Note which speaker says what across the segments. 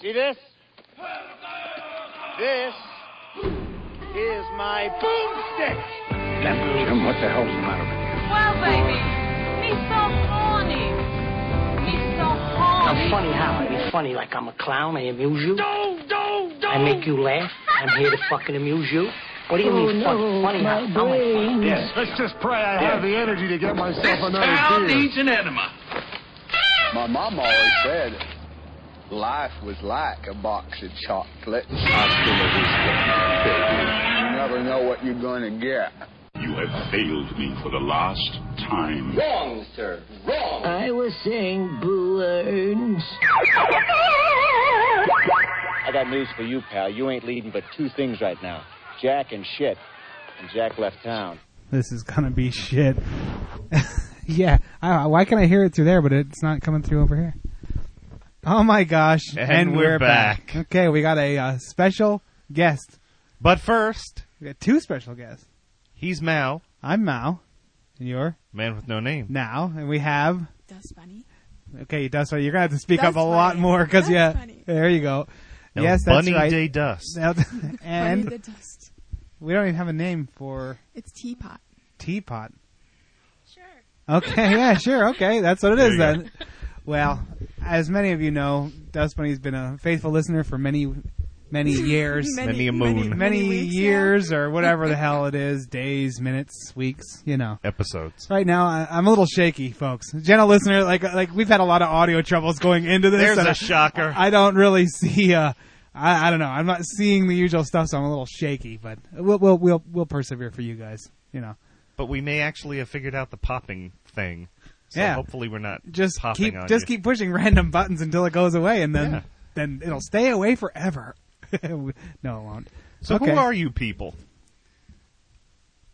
Speaker 1: See this? This is my boomstick.
Speaker 2: Jim, what the hell's the matter with
Speaker 3: Well, baby, he's so horny. He's so horny.
Speaker 4: I'm funny how? Are you funny like I'm a clown? I amuse you?
Speaker 1: Don't, don't, don't.
Speaker 4: I make you laugh? I'm here to fucking amuse you? What do you mean fun- funny how? How am I funny?
Speaker 2: you? Yes.
Speaker 5: Let's just pray I have the energy to get myself another
Speaker 6: Town
Speaker 5: beer.
Speaker 6: needs an enema.
Speaker 2: My mom always said life was like a box of chocolates. Hasta la vista, baby. You never know what you're going to get.
Speaker 7: You have failed me for the last time.
Speaker 4: I was saying Boo Earns.
Speaker 1: I got news for you, pal. You ain't leading but two things right now Jack and shit. And Jack left town.
Speaker 8: This is gonna be shit. yeah. I don't know. why can I hear it through there, but it's not coming through over here? Oh my gosh!
Speaker 9: And we're back.
Speaker 8: Okay, we got a uh, special guest.
Speaker 9: But first,
Speaker 8: We got two special guests.
Speaker 9: he's Mal,
Speaker 8: I'm Mao, and you're
Speaker 9: man with no name.
Speaker 8: now, and we have
Speaker 10: That's funny.
Speaker 8: Okay, Dusty, you're gonna have to speak
Speaker 10: That's
Speaker 8: up a lot
Speaker 10: funny.
Speaker 8: more because
Speaker 10: That's
Speaker 8: yeah,
Speaker 10: funny.
Speaker 8: there you go.
Speaker 9: No
Speaker 8: yes, that's
Speaker 9: Bunny
Speaker 8: right.
Speaker 9: Day Dust.
Speaker 8: Now-
Speaker 10: Funny the
Speaker 8: and
Speaker 10: dust.
Speaker 8: we don't even have a name for
Speaker 10: It's teapot.
Speaker 8: teapot. Sure. Okay. Yeah. Sure. Okay. That's what it is
Speaker 9: There you
Speaker 8: then. Well, as many of you know, Dust Bunny's been a faithful listener for many, many years,
Speaker 9: Many a moon.
Speaker 8: many
Speaker 10: weeks, yeah.
Speaker 8: years, or whatever the hell it is, days, minutes, weeks. You know.
Speaker 9: Episodes.
Speaker 8: Right now, I, I'm a little shaky, folks. Gentle listener, like like we've had a lot of audio troubles going into this.
Speaker 9: There's
Speaker 8: and I-
Speaker 9: a shocker.
Speaker 8: I don't really see. Uh, I, I don't know. I'm not seeing the usual stuff, so I'm a little shaky. But we'll we'll we'll, we'll persevere for you guys. You know,
Speaker 9: But we may actually have figured out the popping thing. So
Speaker 8: Yeah.
Speaker 9: hopefully we're not
Speaker 8: just
Speaker 9: popping
Speaker 8: keep
Speaker 9: on
Speaker 8: just
Speaker 9: you.
Speaker 8: keep pushing random buttons until it goes away, and then
Speaker 9: Yeah.
Speaker 8: then it'll stay away forever. no, it won't.
Speaker 9: So
Speaker 8: okay.
Speaker 9: who are you people?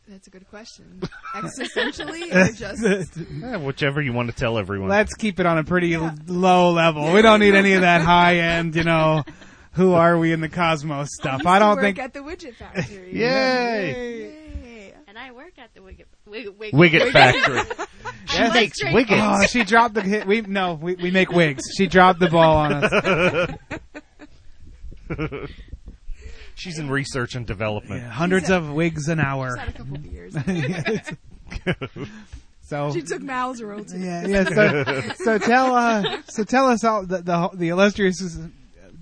Speaker 10: That's a good question. Existentially, or just
Speaker 9: Eh, whichever you want to tell everyone.
Speaker 8: Let's keep it on a pretty l- low level. We don't need any of that high end. You know, who are we in the cosmos stuff? I don't
Speaker 10: work
Speaker 8: think.
Speaker 10: at the widget factory.
Speaker 9: Yay!
Speaker 10: Yay.
Speaker 3: And I work at the Wigget. Wig, wig,
Speaker 9: Wigget Factory. she
Speaker 8: Yes.
Speaker 9: makes
Speaker 3: Electric-
Speaker 9: wiggets.
Speaker 8: Oh, she dropped the hit. We no, we, we make wigs. She dropped the ball on us.
Speaker 9: She's in research and development.
Speaker 8: Yeah, hundreds of wigs an hour.
Speaker 10: Just had a couple beers.
Speaker 8: So
Speaker 10: she took Mal's role too.
Speaker 8: yeah, yeah. So, so tell uh, so tell us all the, the the illustrious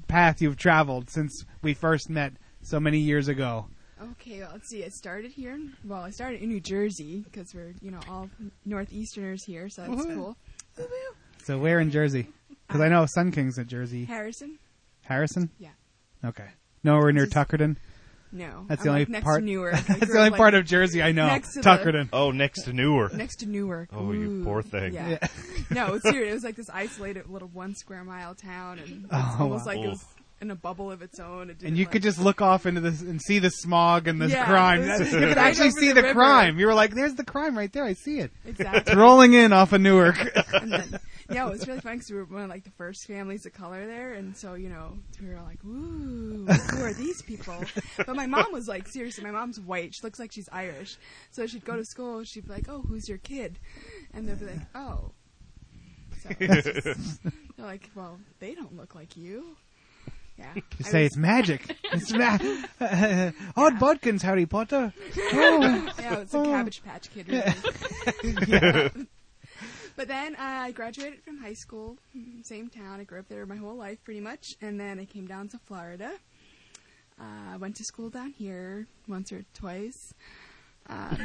Speaker 8: path you've traveled since we first met so many years ago.
Speaker 10: Okay, well, let's see. I started here. In, well, I started in New Jersey because we're you know all northeasterners here, so that's cool. Woo-hoo.
Speaker 8: So where in Jersey? Because I know Sun King's at Jersey.
Speaker 10: Harrison?
Speaker 8: Harrison.
Speaker 10: Yeah.
Speaker 8: Okay. Nowhere near
Speaker 10: Just-
Speaker 8: Tuckerton.
Speaker 10: No,
Speaker 8: That's
Speaker 10: I'm
Speaker 8: the only
Speaker 10: like next
Speaker 8: part.
Speaker 10: To Newark. I
Speaker 8: That's
Speaker 10: grew
Speaker 8: the only
Speaker 10: up, like,
Speaker 8: part of Jersey I know.
Speaker 10: next to the-
Speaker 8: Tuckerton.
Speaker 9: Oh, next to newer.
Speaker 10: next to Newark.
Speaker 9: Oh, you
Speaker 10: Ooh.
Speaker 9: poor thing.
Speaker 10: Yeah. no, it's serious. It was like this isolated little one square mile town, and it's
Speaker 8: Oh,
Speaker 10: almost
Speaker 9: wow.
Speaker 10: like it
Speaker 9: Ooh.
Speaker 10: was in a bubble of its own.
Speaker 8: and
Speaker 10: It didn't,
Speaker 8: you
Speaker 10: like-
Speaker 8: could just look off into this and see the smog and the
Speaker 10: Yeah,
Speaker 8: crime.
Speaker 10: it was
Speaker 8: That's-
Speaker 10: just
Speaker 8: you could
Speaker 10: right
Speaker 8: actually
Speaker 10: over
Speaker 8: see
Speaker 10: the
Speaker 8: the,
Speaker 10: river.
Speaker 8: crime. You were like, "There's the crime right there. I see it. It's
Speaker 10: exactly.
Speaker 8: rolling in off of Newark."
Speaker 10: and then, yeah, it was really fun because we were one of like the first families of color there, and so you know we were like, "Ooh, who are these people?" But my mom was like, "Seriously, my mom's white. She looks like she's Irish." So she'd go to school. She'd be like, "Oh, who's your kid?" And they'd be like, "Oh." So it's just- they're like, "Well, they don't look like you." Yeah.
Speaker 8: You
Speaker 10: I
Speaker 8: say
Speaker 10: was-
Speaker 8: it's magic. It's ma- Odd Bodkins, Harry Potter. Oh.
Speaker 10: Yeah, it's a Cabbage Patch Kid. really. but then uh, I graduated from high school, same town. I grew up there my whole life, pretty much. And then I came down to Florida. Uh, went to school down here once or twice. Um,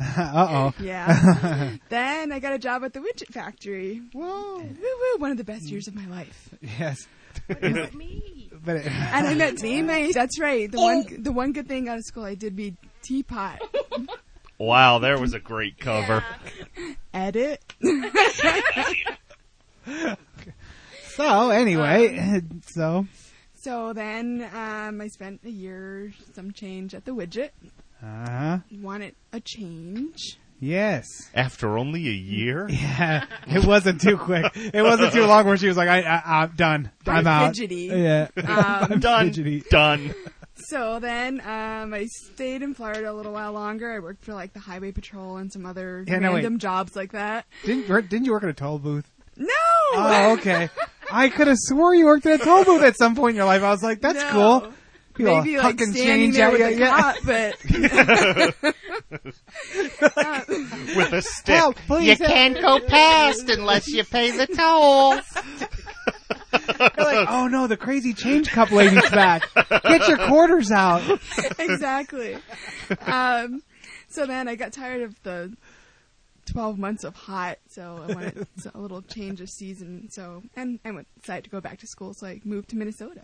Speaker 8: Uh oh.
Speaker 10: yeah. then I got a job at the widget factory.
Speaker 8: Whoa.
Speaker 10: Woo woo! One of the best years of my life.
Speaker 8: Yes.
Speaker 3: It's me.
Speaker 8: But it,
Speaker 10: And I met teammates. That's right. The one, the one good thing out of school, I did be teapot.
Speaker 9: Wow, there was a great cover.
Speaker 10: Edit.
Speaker 8: so anyway,
Speaker 10: Um.
Speaker 8: so
Speaker 10: So then um, I spent a year, some change at the widget.
Speaker 8: uh huh.
Speaker 10: Wanted a change.
Speaker 8: Yes.
Speaker 9: After only a year?
Speaker 8: Yeah. It wasn't too quick. It wasn't too long where she was like, I, I I'm done. I'm
Speaker 10: I'm
Speaker 8: out.
Speaker 10: fidgety.
Speaker 8: Yeah.
Speaker 10: Um,
Speaker 9: Done.
Speaker 8: Fidgety.
Speaker 9: Done.
Speaker 10: so then um, I stayed in Florida a little while longer. I worked for like the Highway Patrol and some other
Speaker 8: Yeah, no, wait.
Speaker 10: random jobs like that.
Speaker 8: Didn't didn't you work at a toll booth?
Speaker 10: No.
Speaker 8: Oh, okay. I could have swore you worked at a toll booth at some point in your life. I was like, that's
Speaker 10: No.
Speaker 8: cool. You know,
Speaker 10: Maybe like
Speaker 8: huck and
Speaker 10: standing there
Speaker 8: out-
Speaker 10: with
Speaker 8: yeah,
Speaker 10: a
Speaker 8: yeah.
Speaker 10: cop, but
Speaker 9: with a stick.
Speaker 8: Help, please. help.
Speaker 6: go past unless you pay the toll.
Speaker 8: They're like, oh no, the crazy change cup lady's back. Get your quarters out.
Speaker 10: exactly. Um, so man, I got tired of the twelve months of hot, so I wanted a little change of season. So and I went decided to go back to school, so I moved to Minnesota.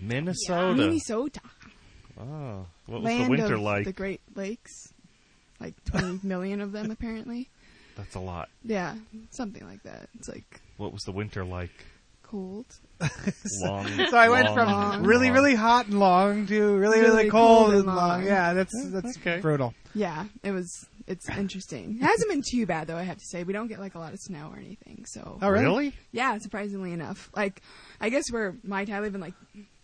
Speaker 9: Minnesota.
Speaker 10: Minnesota,
Speaker 9: Oh, what was
Speaker 10: land
Speaker 9: the winter
Speaker 10: of
Speaker 9: like?
Speaker 10: the Great Lakes, like twenty million of them apparently.
Speaker 9: That's a lot.
Speaker 10: Yeah, something like that. It's like
Speaker 9: What was the winter like?
Speaker 10: cold.
Speaker 9: Long.
Speaker 8: So I went from
Speaker 9: long,
Speaker 8: really,
Speaker 9: long.
Speaker 8: really hot and long to really, really,
Speaker 10: Really
Speaker 8: cold, and long. Yeah, that's that's
Speaker 9: okay.
Speaker 8: brutal.
Speaker 10: Yeah, it was. It's interesting. It hasn't been too bad though. I have to say, we don't get like a lot of snow or anything. So
Speaker 8: Oh, really?
Speaker 9: Really?
Speaker 10: Yeah, surprisingly enough. Like, I guess where my town, I live in like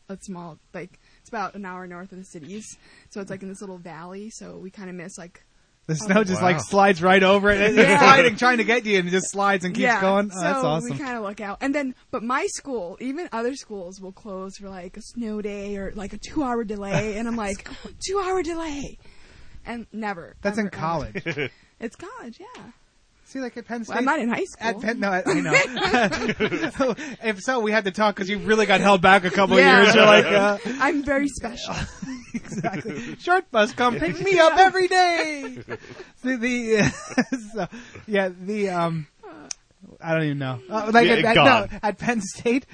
Speaker 10: a small, like, it's about an hour north of the cities. So it's like in this little valley. So we kind of miss, like,
Speaker 8: The snow just like
Speaker 9: Wow.
Speaker 8: slides right over it. It's
Speaker 10: Yeah.
Speaker 8: sliding, trying to get you, and it just slides and keeps
Speaker 10: yeah.
Speaker 8: going. Oh,
Speaker 10: so
Speaker 8: that's awesome.
Speaker 10: we kind of look out. And then, but my school, even other schools will close for like a snow day or like a two hour delay. And I'm like, two hour delay. And never.
Speaker 8: that's in
Speaker 10: ever, ever.
Speaker 8: college.
Speaker 10: It's college, yeah.
Speaker 8: See, like at Penn State.
Speaker 10: Well, I'm not in high school.
Speaker 8: At Penn, no, I, I know. So, if so, we had to talk because you really got held back a couple
Speaker 10: Yeah.
Speaker 8: of years. You're like, uh,
Speaker 10: I'm very special.
Speaker 8: exactly. Short bus, come pick me up every day. the, the so, yeah, the um, I don't even know. Uh, like
Speaker 9: Yeah,
Speaker 8: at, at,
Speaker 9: gone.
Speaker 8: no, at Penn State,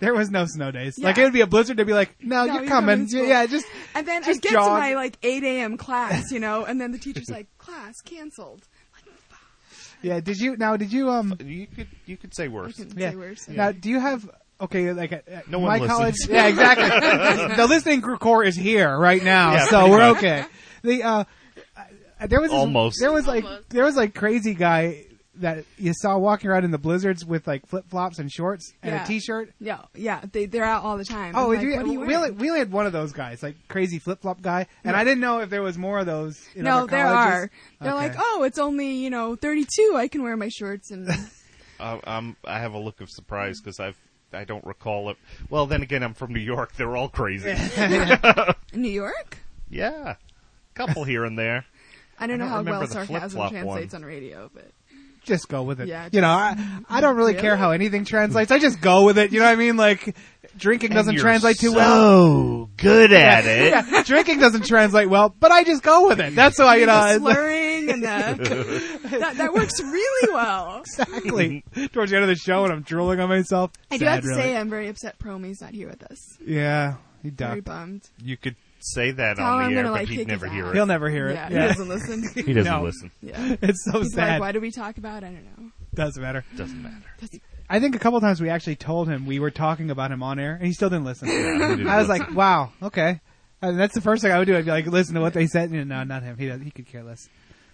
Speaker 8: there was no snow days. Like
Speaker 10: Yeah.
Speaker 8: it would be a blizzard to be like, no,
Speaker 10: No,
Speaker 8: you're
Speaker 10: you're
Speaker 8: coming.
Speaker 10: coming to school.
Speaker 8: yeah, just
Speaker 10: And then
Speaker 8: Just
Speaker 10: I get
Speaker 8: jog.
Speaker 10: to my like 8 a.m. class, you know, and then the teacher's like, class canceled.
Speaker 8: yeah. Did you now? Did you um?
Speaker 9: You could you could say
Speaker 10: I
Speaker 9: worse.
Speaker 10: couldn't
Speaker 8: Yeah.
Speaker 10: say worse.
Speaker 8: Now, do you have? Okay, like at, at
Speaker 9: No
Speaker 8: my
Speaker 9: one
Speaker 8: college.
Speaker 9: listens.
Speaker 8: Yeah, exactly. the listening core is here right now,
Speaker 9: Yeah,
Speaker 8: so
Speaker 9: pretty
Speaker 8: we're
Speaker 9: much.
Speaker 8: okay. The uh, uh, there was this-
Speaker 9: Almost.
Speaker 8: there was like
Speaker 3: Almost.
Speaker 8: there was like crazy guy that you saw walking around in the blizzards with like flip flops and shorts and
Speaker 10: Yeah.
Speaker 8: a t-shirt.
Speaker 10: Yeah, yeah, they they're out all the time.
Speaker 8: Oh,
Speaker 10: I'm
Speaker 8: we
Speaker 10: like,
Speaker 8: do-
Speaker 10: what are you
Speaker 8: we
Speaker 10: wearing?"
Speaker 8: only, we only had one of those guys, like crazy flip flop guy, and I didn't know if there was more of those. In
Speaker 10: No,
Speaker 8: other
Speaker 10: there
Speaker 8: colleges.
Speaker 10: are. They're
Speaker 8: Okay.
Speaker 10: like, oh, it's only you know 32. I can wear my shorts and
Speaker 9: I, I'm Uh, um, I have a look of surprise because I've I don't recall it. Well, then again, I'm from New York. They're all crazy.
Speaker 10: New York.
Speaker 9: yeah, couple here and there.
Speaker 10: I don't know
Speaker 9: don't
Speaker 10: how well
Speaker 9: remember the
Speaker 10: sarcasm
Speaker 9: flip-flop
Speaker 10: translates
Speaker 9: one.
Speaker 10: on radio, but
Speaker 8: just go with it.
Speaker 10: Yeah,
Speaker 8: you know, I, I don't really, care how anything translates. I just go with it. You know what I mean? Like drinking doesn't translate too well.
Speaker 9: Oh, good at it.
Speaker 8: Yeah, drinking doesn't translate well, but I just go with it. That's why Oh, you know.
Speaker 10: the
Speaker 8: it's like-
Speaker 10: slurring and the that that works really well.
Speaker 8: Exactly. Towards the end of the show, and I'm drooling on myself.
Speaker 10: I do
Speaker 8: Sad,
Speaker 10: have to
Speaker 8: really.
Speaker 10: say, I'm very upset. Promi's not here with us.
Speaker 8: Yeah, he
Speaker 10: Very
Speaker 8: ducked.
Speaker 10: bummed.
Speaker 9: You could say that
Speaker 10: Tell him
Speaker 9: on
Speaker 10: I'm
Speaker 9: the air,
Speaker 10: gonna,
Speaker 9: but
Speaker 10: like,
Speaker 9: he'd
Speaker 10: kick
Speaker 9: never
Speaker 10: his
Speaker 9: hear
Speaker 10: ass.
Speaker 9: it.
Speaker 8: He'll never hear it.
Speaker 10: Yeah,
Speaker 8: Yeah,
Speaker 10: he doesn't listen.
Speaker 9: He doesn't
Speaker 8: No.
Speaker 9: listen.
Speaker 10: Yeah,
Speaker 8: it's so
Speaker 10: he's like,
Speaker 8: sad.
Speaker 10: why do we talk about? I don't know.
Speaker 8: Doesn't matter.
Speaker 9: Doesn't matter.
Speaker 8: I think a couple times we actually told him we were talking about him on air, and he still didn't listen. I was like, wow, okay. And that's the first thing I would do. I'd be like, listen to what they said. And, no, not him. He doesn't, he could care less.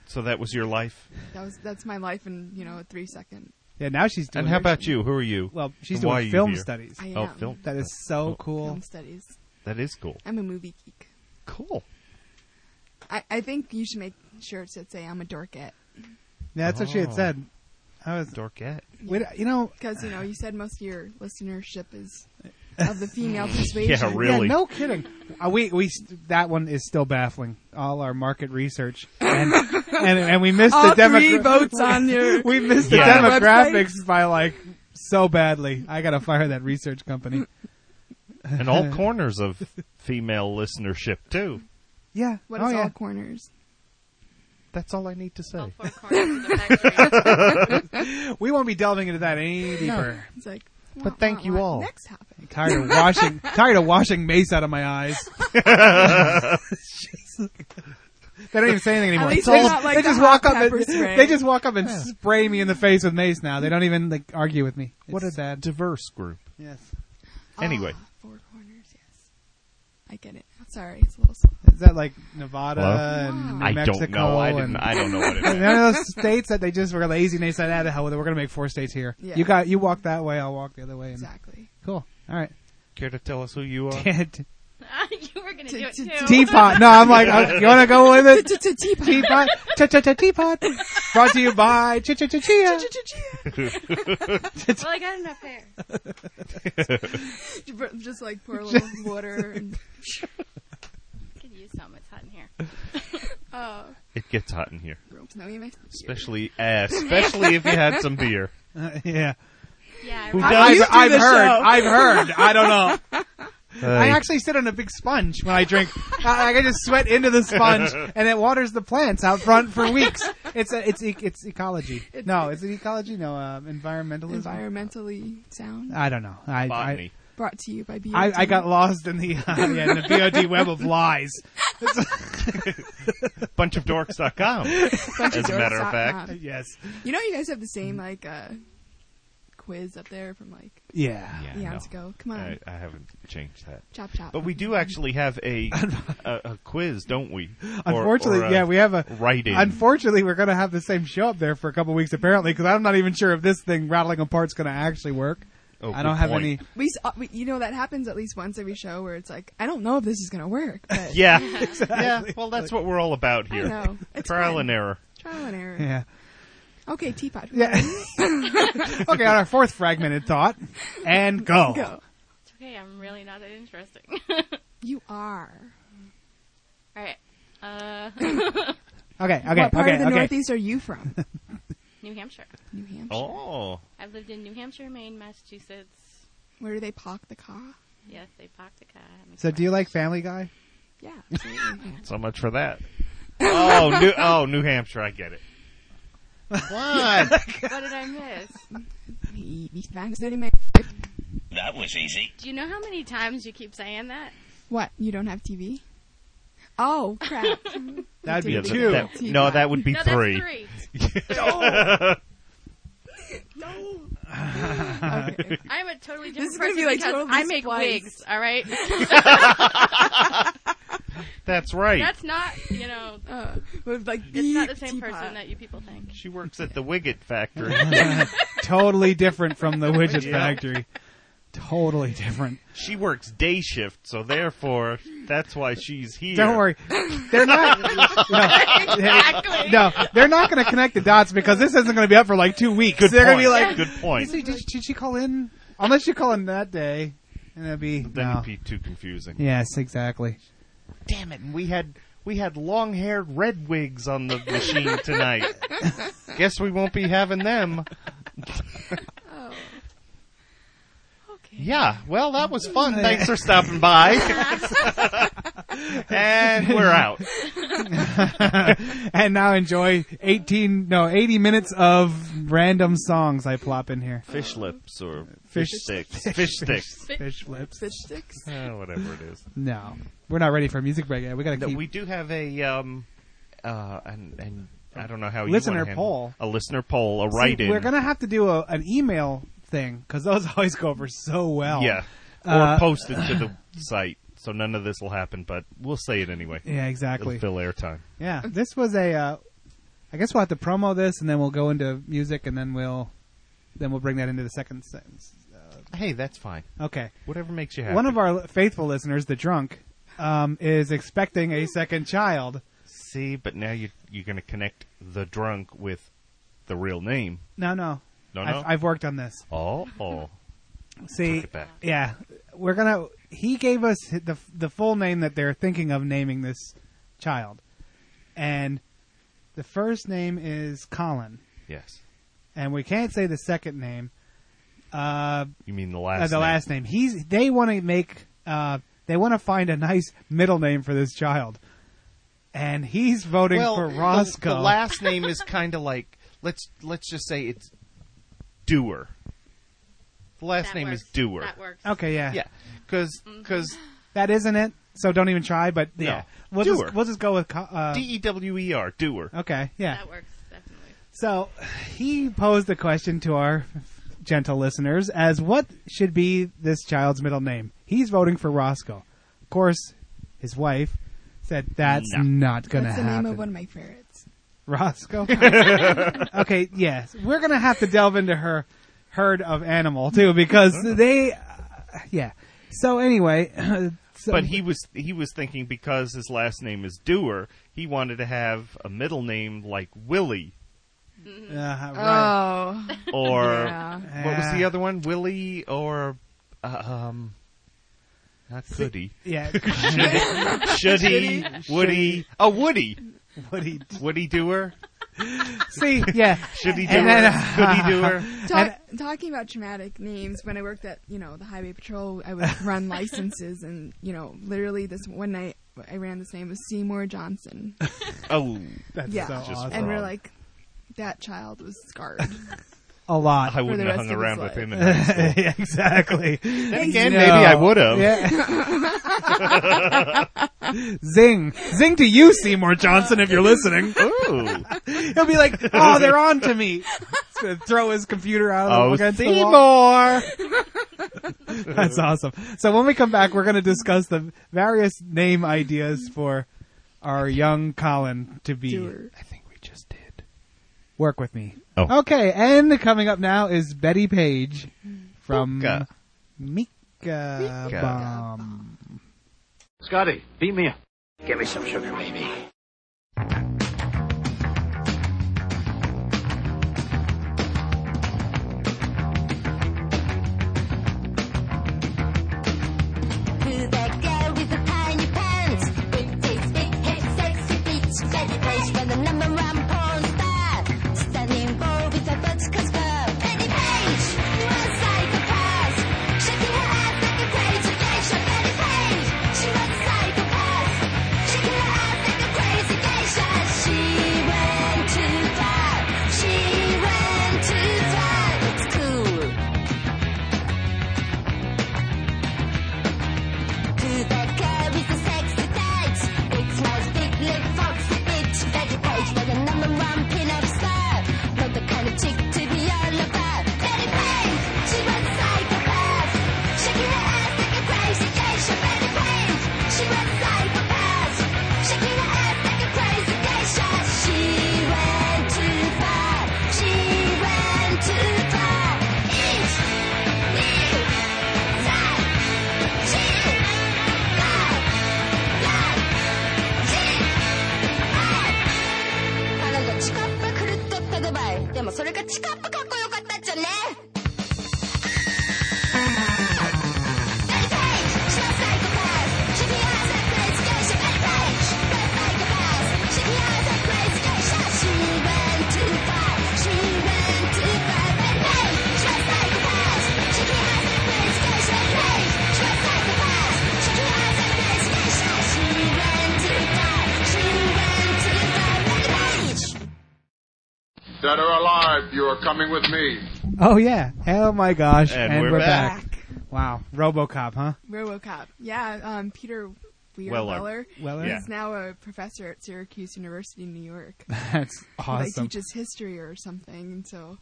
Speaker 9: so that was your life.
Speaker 10: That was that's my life in you know a three second.
Speaker 8: Yeah, now she's doing.
Speaker 9: And how
Speaker 8: her-
Speaker 9: about you? Who are you?
Speaker 8: Well, she's
Speaker 9: And why are
Speaker 8: doing
Speaker 9: you
Speaker 8: film
Speaker 9: here?
Speaker 8: studies.
Speaker 10: I
Speaker 9: Oh,
Speaker 10: am.
Speaker 9: film. Oh.
Speaker 8: That is so cool.
Speaker 10: Film studies.
Speaker 9: That is cool.
Speaker 10: I'm a movie geek.
Speaker 9: Cool.
Speaker 10: I, I think you should make shirts that say I'm a dorkette
Speaker 8: Yeah, that's what she
Speaker 9: Oh.
Speaker 8: had said. I was,
Speaker 9: Dorkette.
Speaker 8: wait, you know,
Speaker 10: because you know you said most of your listenership is of the female persuasion.
Speaker 9: Yeah, really.
Speaker 8: Yeah, no kidding. Uh, we we st- that one is still baffling. All our market research and and, and we missed the
Speaker 10: All three
Speaker 8: demographics.
Speaker 10: votes on your.
Speaker 8: we missed the
Speaker 9: Yeah.
Speaker 8: demographics by like so badly. I gotta fire that research company.
Speaker 9: And all corners of female listenership too.
Speaker 8: Yeah.
Speaker 10: What
Speaker 8: oh
Speaker 10: is
Speaker 8: yeah.
Speaker 10: all corners?
Speaker 9: That's all I need to say.
Speaker 3: All four corners of the factory.
Speaker 8: we won't be delving into that any deeper.
Speaker 10: It's like.
Speaker 9: But
Speaker 10: wah,
Speaker 9: thank
Speaker 10: wah,
Speaker 9: you
Speaker 10: wah.
Speaker 9: all.
Speaker 10: Next topic.
Speaker 8: Tired of washing. tired of washing mace out of my eyes. Jeez. They don't even say anything anymore.
Speaker 10: least
Speaker 8: they
Speaker 10: they're
Speaker 8: just,
Speaker 10: not like
Speaker 8: they
Speaker 10: the
Speaker 8: just
Speaker 10: hot
Speaker 8: walk up.
Speaker 10: pepper
Speaker 8: And,
Speaker 10: spray.
Speaker 8: they just walk up and spray me in the face with mace. Now they don't even like argue with me.
Speaker 9: What
Speaker 8: It's
Speaker 9: a
Speaker 8: sad.
Speaker 9: diverse group.
Speaker 8: Yes.
Speaker 9: Anyway.
Speaker 10: Ah, four corners. Yes. I get it. Sorry, it's a little slow.
Speaker 8: Is that like Nevada
Speaker 9: Hello?
Speaker 8: and New
Speaker 9: I
Speaker 8: Mexico?
Speaker 9: don't know. I
Speaker 8: And,
Speaker 9: didn't. I don't know what it
Speaker 8: and
Speaker 9: is.
Speaker 8: none of those states that they just were lazy and they said, "Ah, the hell with it. We're going to make four states here."
Speaker 10: Yeah.
Speaker 8: You got you walk that way. I'll walk the other way. And,
Speaker 10: Exactly.
Speaker 8: Cool. All right.
Speaker 9: Care to tell us who you are?
Speaker 3: you were gonna
Speaker 10: T-
Speaker 3: do it
Speaker 10: t-
Speaker 3: too.
Speaker 8: teapot. No, I'm like, oh, you want to go with it?
Speaker 10: Teapot.
Speaker 8: teapot. Cha cha cha teapot. Brought to you by Cha cha cha chia.
Speaker 11: well, I got enough hair.
Speaker 10: Just like pour a little water. And
Speaker 11: could use some. It's hot in here.
Speaker 10: uh,
Speaker 9: It gets hot in here,
Speaker 10: snowy my
Speaker 9: especially uh, especially if you had some beer.
Speaker 8: yeah.
Speaker 11: Yeah,
Speaker 8: Who
Speaker 11: I
Speaker 8: does?
Speaker 11: used to
Speaker 8: I've
Speaker 11: this
Speaker 8: heard.
Speaker 11: show.
Speaker 8: I've heard. I don't know. I
Speaker 9: Hey.
Speaker 8: actually sit on a big sponge when I drink. I, I just sweat into the sponge, and it waters the plants out front for weeks. It's a, it's e- it's ecology. no, is it ecology? No, um, environmentalism.
Speaker 10: environmentally sound.
Speaker 8: I don't know. I I,
Speaker 10: Brought to you by BOD.
Speaker 8: I, I got lost in the uh, yeah, in the BOD web of lies.
Speaker 9: Bunchofdorks.com.
Speaker 10: Bunch of
Speaker 9: as a matter of
Speaker 10: dorks.com.
Speaker 9: fact,
Speaker 8: yes.
Speaker 10: You know, you guys have the same like uh, quiz up there from like
Speaker 9: Yeah. Yeah, I
Speaker 10: eons ago. Come on,
Speaker 9: I, I haven't changed that.
Speaker 10: chop chop.
Speaker 9: But we do actually have a a, a quiz, don't we? Or-
Speaker 8: Unfortunately,
Speaker 9: or a
Speaker 8: yeah, we have a
Speaker 9: writing.
Speaker 8: Unfortunately, we're going to have the same show up there for a couple weeks apparently because I'm not even sure if this thing rattling apart's going to actually work.
Speaker 9: Oh,
Speaker 8: I don't
Speaker 9: good
Speaker 8: have
Speaker 9: point.
Speaker 8: any.
Speaker 10: We, s- uh, we, you know, that happens at least once every show where it's like, I don't know if this is gonna work, but
Speaker 9: yeah, yeah. Well, that's what we're all about
Speaker 10: I
Speaker 9: here.
Speaker 10: know. It's
Speaker 9: Trial
Speaker 10: fun.
Speaker 9: and error.
Speaker 10: trial and error.
Speaker 8: Yeah.
Speaker 10: Okay, teapot.
Speaker 8: Yeah. okay, on our fourth fragmented thought, and go.
Speaker 10: Go.
Speaker 11: It's okay. I'm really not that interesting.
Speaker 10: You are.
Speaker 11: All right. Uh,
Speaker 8: Okay, okay,
Speaker 10: What part
Speaker 8: okay,
Speaker 10: of the
Speaker 8: okay.
Speaker 10: Northeast are you from?
Speaker 11: New Hampshire.
Speaker 10: New Hampshire.
Speaker 9: Oh,
Speaker 11: I've lived in New Hampshire, Maine, Massachusetts.
Speaker 10: Where do they park the car?
Speaker 11: Yes, they parked a car. I'm
Speaker 8: So, do you like Family Guy?
Speaker 10: Yeah. absolutely.
Speaker 9: so much for that. Oh, New, oh, New Hampshire. I get it.
Speaker 6: What?
Speaker 11: what did I miss?
Speaker 10: East Van is in my-
Speaker 6: that was easy.
Speaker 11: Do you know how many times you keep saying that?
Speaker 10: What? You don't have TV? Oh crap!
Speaker 8: That'd be
Speaker 9: Yeah, that-
Speaker 8: two.
Speaker 9: that- no, that would be
Speaker 11: no,
Speaker 9: three.
Speaker 11: that's three. no.
Speaker 10: Okay.
Speaker 11: I'm a totally different
Speaker 10: This is gonna
Speaker 11: person
Speaker 10: be, like,
Speaker 11: because
Speaker 10: totally
Speaker 11: I make
Speaker 10: spliced.
Speaker 11: wigs, all right?
Speaker 9: That's right.
Speaker 11: That's not, you know,
Speaker 10: Uh, with like
Speaker 11: it's not the
Speaker 10: big
Speaker 11: same person
Speaker 10: teapot.
Speaker 11: that you people think.
Speaker 9: she works at the Wiggett factory.
Speaker 8: totally different from the widget
Speaker 9: Yeah.
Speaker 8: factory. Totally different.
Speaker 9: she works day shift, so therefore that's why she's here.
Speaker 8: Don't worry, they're not.
Speaker 11: exactly.
Speaker 8: No, they're not going to connect the dots because this isn't going to be up for like two weeks.
Speaker 9: Good
Speaker 8: they're
Speaker 9: point.
Speaker 8: going to be like,
Speaker 9: good point.
Speaker 8: Is he- did, did she call in? Unless you call in that day, and that'd be
Speaker 9: Then
Speaker 8: no.
Speaker 9: it'd be too confusing.
Speaker 8: Yes, exactly.
Speaker 9: Damn it! And we had we had long haired red wigs on the machine tonight. Guess we won't be having them.
Speaker 11: Okay.
Speaker 9: Yeah. Well, that was fun. Thanks for stopping by. and we're out.
Speaker 8: and now enjoy eighteen, no, eighty minutes of random songs I plop in here.
Speaker 9: Fish lips or
Speaker 8: Fish-
Speaker 9: fish, sticks. Fish sticks.
Speaker 8: Fish lips.
Speaker 10: Fish sticks.
Speaker 9: Uh, whatever it is.
Speaker 8: No, we're not ready for a music break yet. We got to
Speaker 9: No,
Speaker 8: keep.
Speaker 9: we do have a um, uh, and and I don't know how you
Speaker 8: Listener
Speaker 9: wanna handle-
Speaker 8: poll.
Speaker 9: a listener poll, a
Speaker 8: See,
Speaker 9: write in.
Speaker 8: We're gonna have to do a, an email thing because those always go over so well.
Speaker 9: yeah, or
Speaker 8: Uh,
Speaker 9: post it to the site. So none of this will happen, but we'll say it anyway.
Speaker 8: Yeah, exactly.
Speaker 9: It'll fill airtime.
Speaker 8: Yeah, this was a. Uh, I guess we'll have to promo this, and then we'll go into music, and then we'll, then we'll bring that into the second sentence.
Speaker 9: Hey, that's fine.
Speaker 8: Okay.
Speaker 9: Whatever makes you happy.
Speaker 8: One of our faithful listeners, the drunk, um, is expecting a second child.
Speaker 9: see, but now you you're going to connect the drunk with the real name.
Speaker 8: No, no.
Speaker 9: No,
Speaker 8: I've,
Speaker 9: no.
Speaker 8: I've worked on this.
Speaker 9: oh, oh,
Speaker 8: See,
Speaker 9: Take it back.
Speaker 8: yeah, we're gonna. He gave us the the full name that they're thinking of naming this child, and the first name is Colin,
Speaker 9: yes.
Speaker 8: and we can't say the second name. Uh,
Speaker 9: You mean the
Speaker 8: uh,
Speaker 9: last?
Speaker 8: the
Speaker 9: name.
Speaker 8: last name. He's. They want to make. Uh, they want to find a nice middle name for this child, and he's voting
Speaker 9: well,
Speaker 8: for
Speaker 9: the-
Speaker 8: Roscoe.
Speaker 9: The, last name is kind of like let's let's just say it's Doer. The last
Speaker 11: That
Speaker 9: name
Speaker 11: works.
Speaker 9: is Doer.
Speaker 11: That works.
Speaker 10: Oh,
Speaker 11: Mm-hmm.
Speaker 8: okay, yeah,
Speaker 9: Yeah, because because
Speaker 8: that isn't it. So don't even try. But yeah, we'll
Speaker 9: Doer.
Speaker 8: just we'll just go with. Co- Uh,
Speaker 9: D E W E R Doer.
Speaker 8: okay, yeah.
Speaker 11: That works, definitely.
Speaker 8: So he posed a question to our gentle listeners as what should be this child's middle name. He's voting for Roscoe. Of course, his wife said that's
Speaker 9: No.
Speaker 8: not going to
Speaker 10: That's the
Speaker 8: happen.
Speaker 10: name of one of my favorites.
Speaker 8: Roscoe. okay, yes, we're going to have to delve into her herd of animal too because they, uh, yeah. So anyway, so,
Speaker 9: But he was he was thinking because his last name is Doer, he wanted to have a middle name like Willie
Speaker 8: Uh, right.
Speaker 10: Oh.
Speaker 9: Or
Speaker 10: Yeah.
Speaker 9: what was the
Speaker 8: Yeah.
Speaker 9: other one? Willie or uh, um, not Goody.
Speaker 8: yeah.
Speaker 9: Shuddy,
Speaker 8: Shitty.
Speaker 9: Woody. Oh, Woody.
Speaker 8: Woody.
Speaker 9: Woody Doer.
Speaker 8: See, yeah.
Speaker 9: Should he do
Speaker 8: And
Speaker 9: her?
Speaker 8: then,
Speaker 9: Could he do her?
Speaker 10: Talk, talking about traumatic names, when I worked at you know the highway patrol, I would run licenses, and you know literally this one night I ran this name was Seymour Johnson.
Speaker 9: Oh,
Speaker 10: yeah, and we're like, that child was scarred.
Speaker 8: a lot.
Speaker 9: I wouldn't have hung around with him in high school.
Speaker 8: Yeah, exactly.
Speaker 9: Then again, maybe I would have.
Speaker 8: Yeah. Zing. Zing to you, Seymour Johnson, if you're listening.
Speaker 9: Ooh.
Speaker 8: He'll be like, oh, they're on to me. He's gonna throw his computer out
Speaker 9: Oh,
Speaker 8: against the wall. That's awesome. So when we come back, we're going to discuss the various name ideas for our young Colin to be. I think we just did. Work with me.
Speaker 9: Oh.
Speaker 8: Okay, and coming up now is Betty Page from
Speaker 9: Mika.
Speaker 8: Mika, Bomb.
Speaker 4: Scotty, beat me up. Give me some sugar, baby.
Speaker 12: Who that girl with the pie in your pants? Big tits, big hips, sexy beach, Betty Page for the number one porn star. Standing ball with her butts cause curl. Betty Page, one psychopath. Shaking her ass like a crazy geisha. Betty Page, she was psychopath. Shaking her ass like a crazy geisha. She went too far. She went too far. It's cool. To that girl with the sexy tights. Big smiles, big lip, foxy bitch. Betty Page was a number one pin-up star. Not the kind of chick to be all about. Betty Page, she was a psychopath. Shaking her ass like a crazy geisha. Betty Page, she was a psychopath. Shaking her ass like a crazy geisha. She went too far. She went too far. Eat, eat, that, chill.「彼女チカップ狂っとったドバイ」「でもそれがチカップかっこよかったっちゃね」
Speaker 13: Dead or alive, you are coming with me.
Speaker 8: Oh yeah! Oh my gosh!
Speaker 9: And
Speaker 8: And,
Speaker 9: we're
Speaker 8: we're, back. Wow, RoboCop, huh?
Speaker 10: RoboCop. Yeah, um, Peter Weir
Speaker 8: Weller.
Speaker 10: Weller.
Speaker 8: Weller?
Speaker 10: He's
Speaker 8: Yeah.
Speaker 10: now a professor at Syracuse University in New York.
Speaker 8: That's
Speaker 10: He
Speaker 8: awesome.
Speaker 10: like, teaches history or something, and so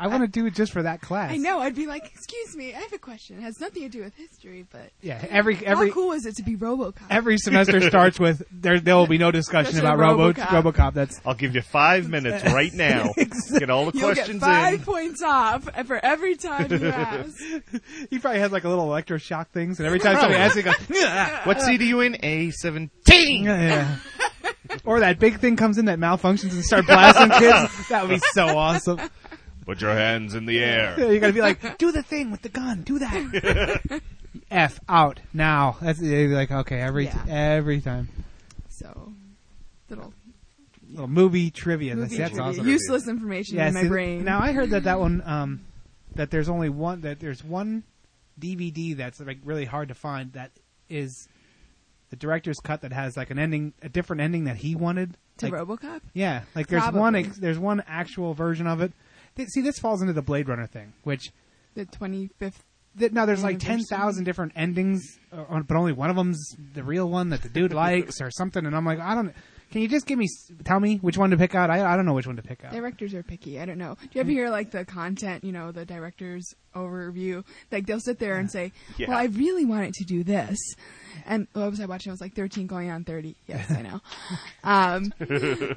Speaker 8: I want to do it just for that class.
Speaker 10: I know I'd be like, "Excuse me, I have a question. It has nothing to do with history, but
Speaker 8: Yeah, every- every-
Speaker 10: how cool is it to be RoboCop?
Speaker 8: Every semester starts with there. There will be no discussion
Speaker 10: Discussion
Speaker 8: about
Speaker 10: of
Speaker 8: Robo
Speaker 10: RoboCop.
Speaker 8: RoboCop. That's
Speaker 9: I'll give you five minutes right now. Get all the
Speaker 10: You'll
Speaker 9: questions
Speaker 10: get five
Speaker 9: in.
Speaker 10: points off for every time you ask.
Speaker 8: He probably has like a little electroshock things, and every time somebody asks, he goes, "Hmm." "Yeah."
Speaker 9: What seat are you in? A seven.
Speaker 8: Yeah, yeah. or that big thing comes in that malfunctions and start blasting kids. That would be so awesome.
Speaker 9: Put your hands in the air.
Speaker 8: You gotta be like, do the thing with the gun, do that. F out now. That's you'd be like okay every
Speaker 10: Yeah.
Speaker 8: every time.
Speaker 10: So, little
Speaker 8: Little movie trivia.
Speaker 10: Movie
Speaker 8: that's, that's
Speaker 10: trivia.
Speaker 8: awesome.
Speaker 10: Useless information in my
Speaker 8: see,
Speaker 10: brain.
Speaker 8: Now I heard that that one um, that there's only one that there's one DVD that's like really hard to find that is the director's cut that has like an ending a different ending that he wanted
Speaker 10: to
Speaker 8: Like-
Speaker 10: RoboCop.
Speaker 8: Yeah, like there's
Speaker 10: Probably.
Speaker 8: one ex- there's one actual version of it. Th- See, this falls into the Blade Runner thing, which
Speaker 10: the twenty fifth.
Speaker 8: that now there's like 10,000 different endings, uh, on- but only one of them's the real one that the dude likes or something. And I'm like, I don't. Can you just give me, s- tell me which one to pick out? I, I don't know which one to pick out.
Speaker 10: Directors are picky. I don't know. Do you ever hear like the content? You know, the directors overview. Like they'll sit there and say,
Speaker 3: Yeah.
Speaker 10: "Well, I really wanted to do this," and what was I watching? I was like thirteen, going on thirty. Yes, I know. Um,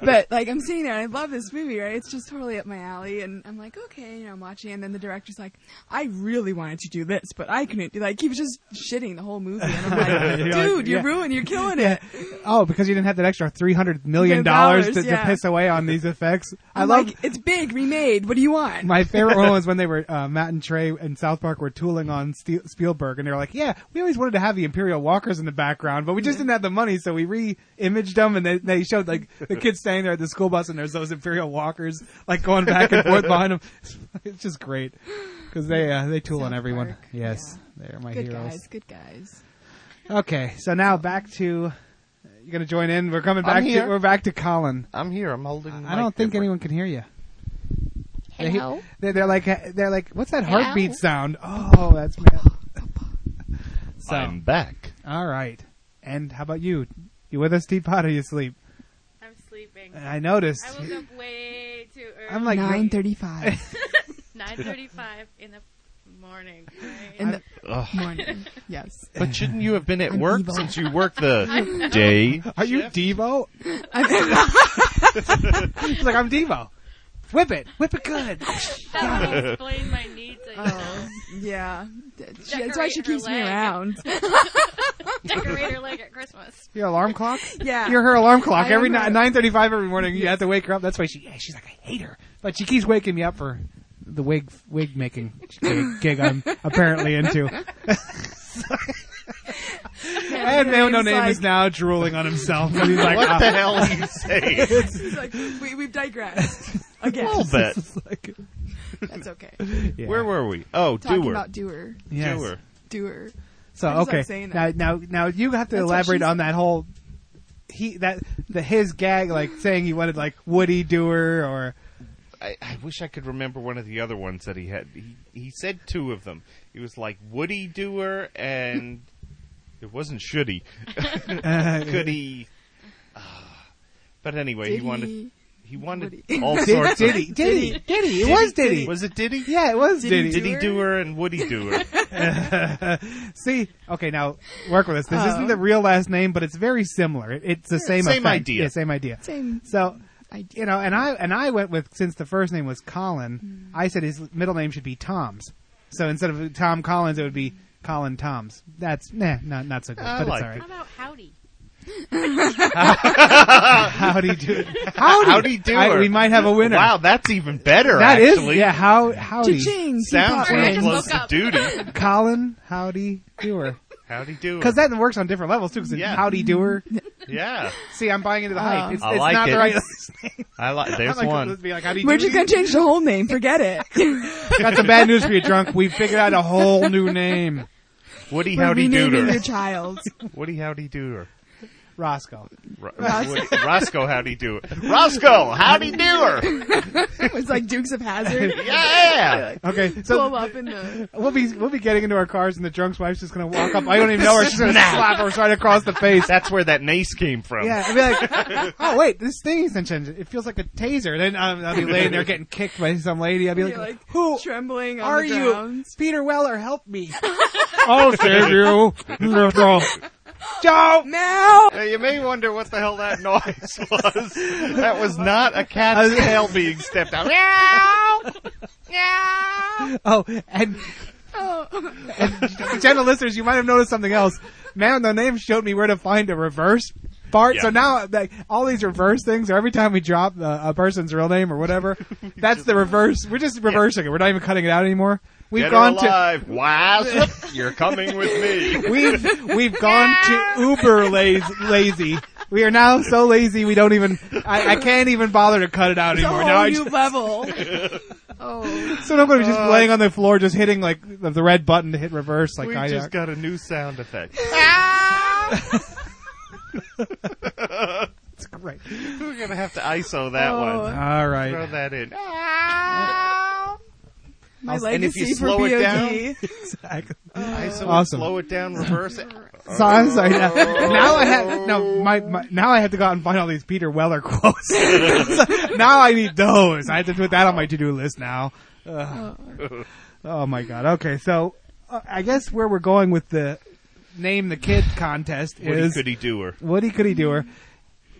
Speaker 10: but like I'm sitting there and I love this movie, right? It's just totally up my alley, and I'm like, okay, you know, I'm watching, and then the director's like, I really wanted to do this, but I couldn't. do Like he was just shitting the whole movie, and I'm like,
Speaker 8: You're
Speaker 10: dude,
Speaker 8: like,
Speaker 10: you're
Speaker 8: yeah.
Speaker 10: ruined, you're killing
Speaker 8: Yeah.
Speaker 10: it.
Speaker 8: Oh, because you didn't have that extra three hundred million dollars to,
Speaker 10: Yeah.
Speaker 8: to piss away on these effects.
Speaker 10: I'm
Speaker 8: I love
Speaker 10: like, it's big, remade. What do you want?
Speaker 8: My favorite one was when they were uh, Matt and Trey and South Park were tooling on Ste- Spielberg, and they were like, "Yeah, we always wanted to have the Imperial Walkers in the background, but we just didn't have the money, so we re-imaged them, and they, they showed like the kids standing there at the school bus, and there's those Imperial Walkers like going back and forth behind them. It's just great because they uh, they tool on everyone. Yes, they are my
Speaker 10: good
Speaker 8: heroes.
Speaker 10: guys, good guys.
Speaker 8: Okay, so now back to you're gonna join in. We're coming back.
Speaker 9: I'm here.
Speaker 8: To, we're back to Colin.
Speaker 9: I'm here. I'm holding. the
Speaker 8: I don't
Speaker 9: mic
Speaker 8: think anyone can hear you. They-
Speaker 9: Hello?
Speaker 8: They, are like they're like what's that
Speaker 9: Hello?
Speaker 8: heartbeat sound? Oh, that's Matt. so,
Speaker 9: I'm back.
Speaker 8: All right. And how about you? You with us, Teapot, or you asleep?
Speaker 11: I'm sleeping.
Speaker 8: I noticed.
Speaker 11: I woke up way too early.
Speaker 8: I'm like- 9:35.
Speaker 11: 9:35 in the morning. Right?
Speaker 10: In the
Speaker 9: Ugh.
Speaker 10: morning, yes.
Speaker 9: But shouldn't you have been at work since you work the
Speaker 11: I'm-
Speaker 9: day?
Speaker 8: Are you
Speaker 9: shift?
Speaker 8: Devo? He's like I'm Devo. Whip it, whip it good.
Speaker 11: That would explain my need to.
Speaker 10: Oh, yeah. She- that's why
Speaker 11: Decorate
Speaker 10: she
Speaker 11: her
Speaker 10: keeps me
Speaker 11: leg.
Speaker 10: around.
Speaker 11: Decorate her leg at Christmas.
Speaker 8: Your alarm clock?
Speaker 11: Yeah.
Speaker 8: You're her alarm clock
Speaker 11: I
Speaker 8: every
Speaker 11: am her-
Speaker 8: night, nine thirty-five every morning. You have to wake her up. That's why she yeah, she's like I hate her, but she keeps waking me up for the wig wig making gig- gig I'm apparently into. and no, no
Speaker 10: Name's
Speaker 8: name
Speaker 10: like-
Speaker 8: is now drooling on himself. And he's like,
Speaker 9: What the
Speaker 8: "Ah."
Speaker 9: hell are you saying?
Speaker 10: She's like, we, we've digressed again.
Speaker 9: A little bit.
Speaker 10: That's okay.
Speaker 8: Yeah.
Speaker 9: Where were we? Oh,
Speaker 10: Talking
Speaker 9: doer.
Speaker 10: about doer.
Speaker 8: Yes.
Speaker 9: Doer.
Speaker 10: Doer.
Speaker 8: So
Speaker 10: I just like
Speaker 8: okay,
Speaker 10: saying
Speaker 8: now
Speaker 10: that.
Speaker 8: now now you have to
Speaker 10: That's what
Speaker 8: elaborate
Speaker 10: she
Speaker 8: on that whole he that the his gag like saying he wanted like Woody Doer or
Speaker 9: I, I wish I could remember one of the other ones that he had. He, he said two of them. It was like Woody Doer and it wasn't Shoody.
Speaker 8: Uh,
Speaker 9: Could he? ah. but anyway, he
Speaker 8: Did
Speaker 9: wanted.
Speaker 8: he?
Speaker 9: He wanted
Speaker 8: Woody.
Speaker 9: all
Speaker 8: Did-
Speaker 9: sorts
Speaker 8: did he?
Speaker 9: of
Speaker 8: Did he? Did he? It was Did he? Diddy.
Speaker 9: Was it Diddy?
Speaker 8: Yeah, it was Diddy.
Speaker 9: Diddy, Diddy Doer and Woody Doer.
Speaker 8: See, okay, now work with us. This
Speaker 9: Oh.
Speaker 8: isn't the real last name, but it's very similar. It, it's the same
Speaker 9: Same
Speaker 8: effect.
Speaker 9: idea.
Speaker 8: Yeah, same idea.
Speaker 10: Same.
Speaker 8: So, you know, and I and I went with since the first name was Colin, I said his middle name should be Tom's. So instead of Tom Collins, it would be Colin Tom's. That's nah, not not so good,
Speaker 11: I
Speaker 8: but
Speaker 11: like
Speaker 8: it's
Speaker 11: How
Speaker 8: all
Speaker 11: about howdy?
Speaker 8: right. howdy do, howdy,
Speaker 9: Howdy Doer.
Speaker 8: I- we might have a winner.
Speaker 9: Wow, that's even better.
Speaker 8: That is-
Speaker 9: actually.
Speaker 8: yeah, how- howdy. Cha-ching,
Speaker 9: Sounds
Speaker 8: Teapot
Speaker 9: real
Speaker 8: Rings.
Speaker 9: close
Speaker 8: Look
Speaker 9: to
Speaker 8: up.
Speaker 9: duty.
Speaker 8: Colin, howdy doer.
Speaker 9: Howdy Doer.
Speaker 8: Because that works on different levels too. Because
Speaker 9: Yeah.
Speaker 8: howdy doer.
Speaker 9: Yeah.
Speaker 8: See, I'm buying into the
Speaker 9: Oh.
Speaker 8: hype. It's,
Speaker 9: I
Speaker 8: it's
Speaker 9: like
Speaker 8: not
Speaker 9: it.
Speaker 8: the right.
Speaker 9: I like. There's
Speaker 8: like,
Speaker 9: one.
Speaker 8: let's be like, how do you
Speaker 10: We're
Speaker 8: do
Speaker 10: just
Speaker 8: it?
Speaker 10: gonna change the whole name. Forget it.
Speaker 8: Got some bad news for you, drunk. We figured out a whole new name.
Speaker 9: Woody
Speaker 10: We're
Speaker 9: Howdy
Speaker 10: renaming
Speaker 9: Dooter.
Speaker 10: your child.
Speaker 9: Woody Howdy Dooter.
Speaker 8: Roscoe.
Speaker 9: Ro-
Speaker 10: Ros-
Speaker 9: Woody- Roscoe Howdy Doo. Roscoe Howdy Dooer.
Speaker 10: it was like Dukes of Hazard.
Speaker 9: Yeah.
Speaker 8: Okay, so
Speaker 10: Blow up in the.
Speaker 8: we'll be we'll be getting into our cars, and the drunk's wife's just gonna walk up. I don't even know her. She's gonna
Speaker 9: Snap.
Speaker 8: slap her right across the face.
Speaker 9: That's where that mace came from.
Speaker 8: Yeah, I'd be like, oh wait, this thing isn't changing. It feels like a taser. Then um, I'll be laying there getting kicked by some lady. I'll be like,
Speaker 10: You're like who trembling? On
Speaker 8: are
Speaker 10: the
Speaker 8: you?
Speaker 10: ground.
Speaker 8: Peter Weller, help me. I'll save you, little Joe.
Speaker 10: Now
Speaker 9: Now, you may wonder what the hell that noise was. That was not a cat's tail being stepped out.
Speaker 8: Oh, and
Speaker 10: Oh.
Speaker 8: and gentle listeners, you might have noticed something else. Man with No Name showed me where to find a reverse part. So
Speaker 9: Yeah.
Speaker 8: now, like, all these reverse things, or every time we drop uh, a person's real name or whatever, that's the reverse. We're just reversing it. We're not even cutting it out anymore. We've
Speaker 9: Dead or
Speaker 8: gone
Speaker 9: alive. Wow, you're coming with me.
Speaker 8: to we've we've gone to uber laz- lazy. We are now so lazy we don't even. I, I can't even bother to cut it out
Speaker 10: It's a
Speaker 8: anymore.
Speaker 10: whole
Speaker 8: now I
Speaker 10: new
Speaker 8: just-
Speaker 10: level. Oh.
Speaker 8: so I'm going to be just
Speaker 9: Uh,
Speaker 8: laying on the floor, just hitting like the, the red button to hit reverse, like
Speaker 9: we
Speaker 8: I
Speaker 9: just got a new sound effect.
Speaker 8: It's great.
Speaker 9: We're gonna have to ISO that
Speaker 8: Oh. Ah.
Speaker 9: one.
Speaker 8: All right.
Speaker 9: throw that in.
Speaker 10: My
Speaker 9: I'll-
Speaker 10: legacy
Speaker 9: and if you
Speaker 10: for
Speaker 9: slow it
Speaker 10: BOD.
Speaker 8: exactly.
Speaker 9: ISO,
Speaker 8: Awesome.
Speaker 9: slow it down, reverse it.
Speaker 8: So I'm sorry. Now,
Speaker 10: Oh.
Speaker 8: now I have no my, my now I have to go out and find all these Peter Weller quotes. So now I need those. I have to put that on my to do list now. Ugh. Oh my god. Okay, so uh, I guess where we're going with the name the kid contest
Speaker 9: Woody
Speaker 8: is
Speaker 9: Goody Doer.
Speaker 8: Woody Goody Doer.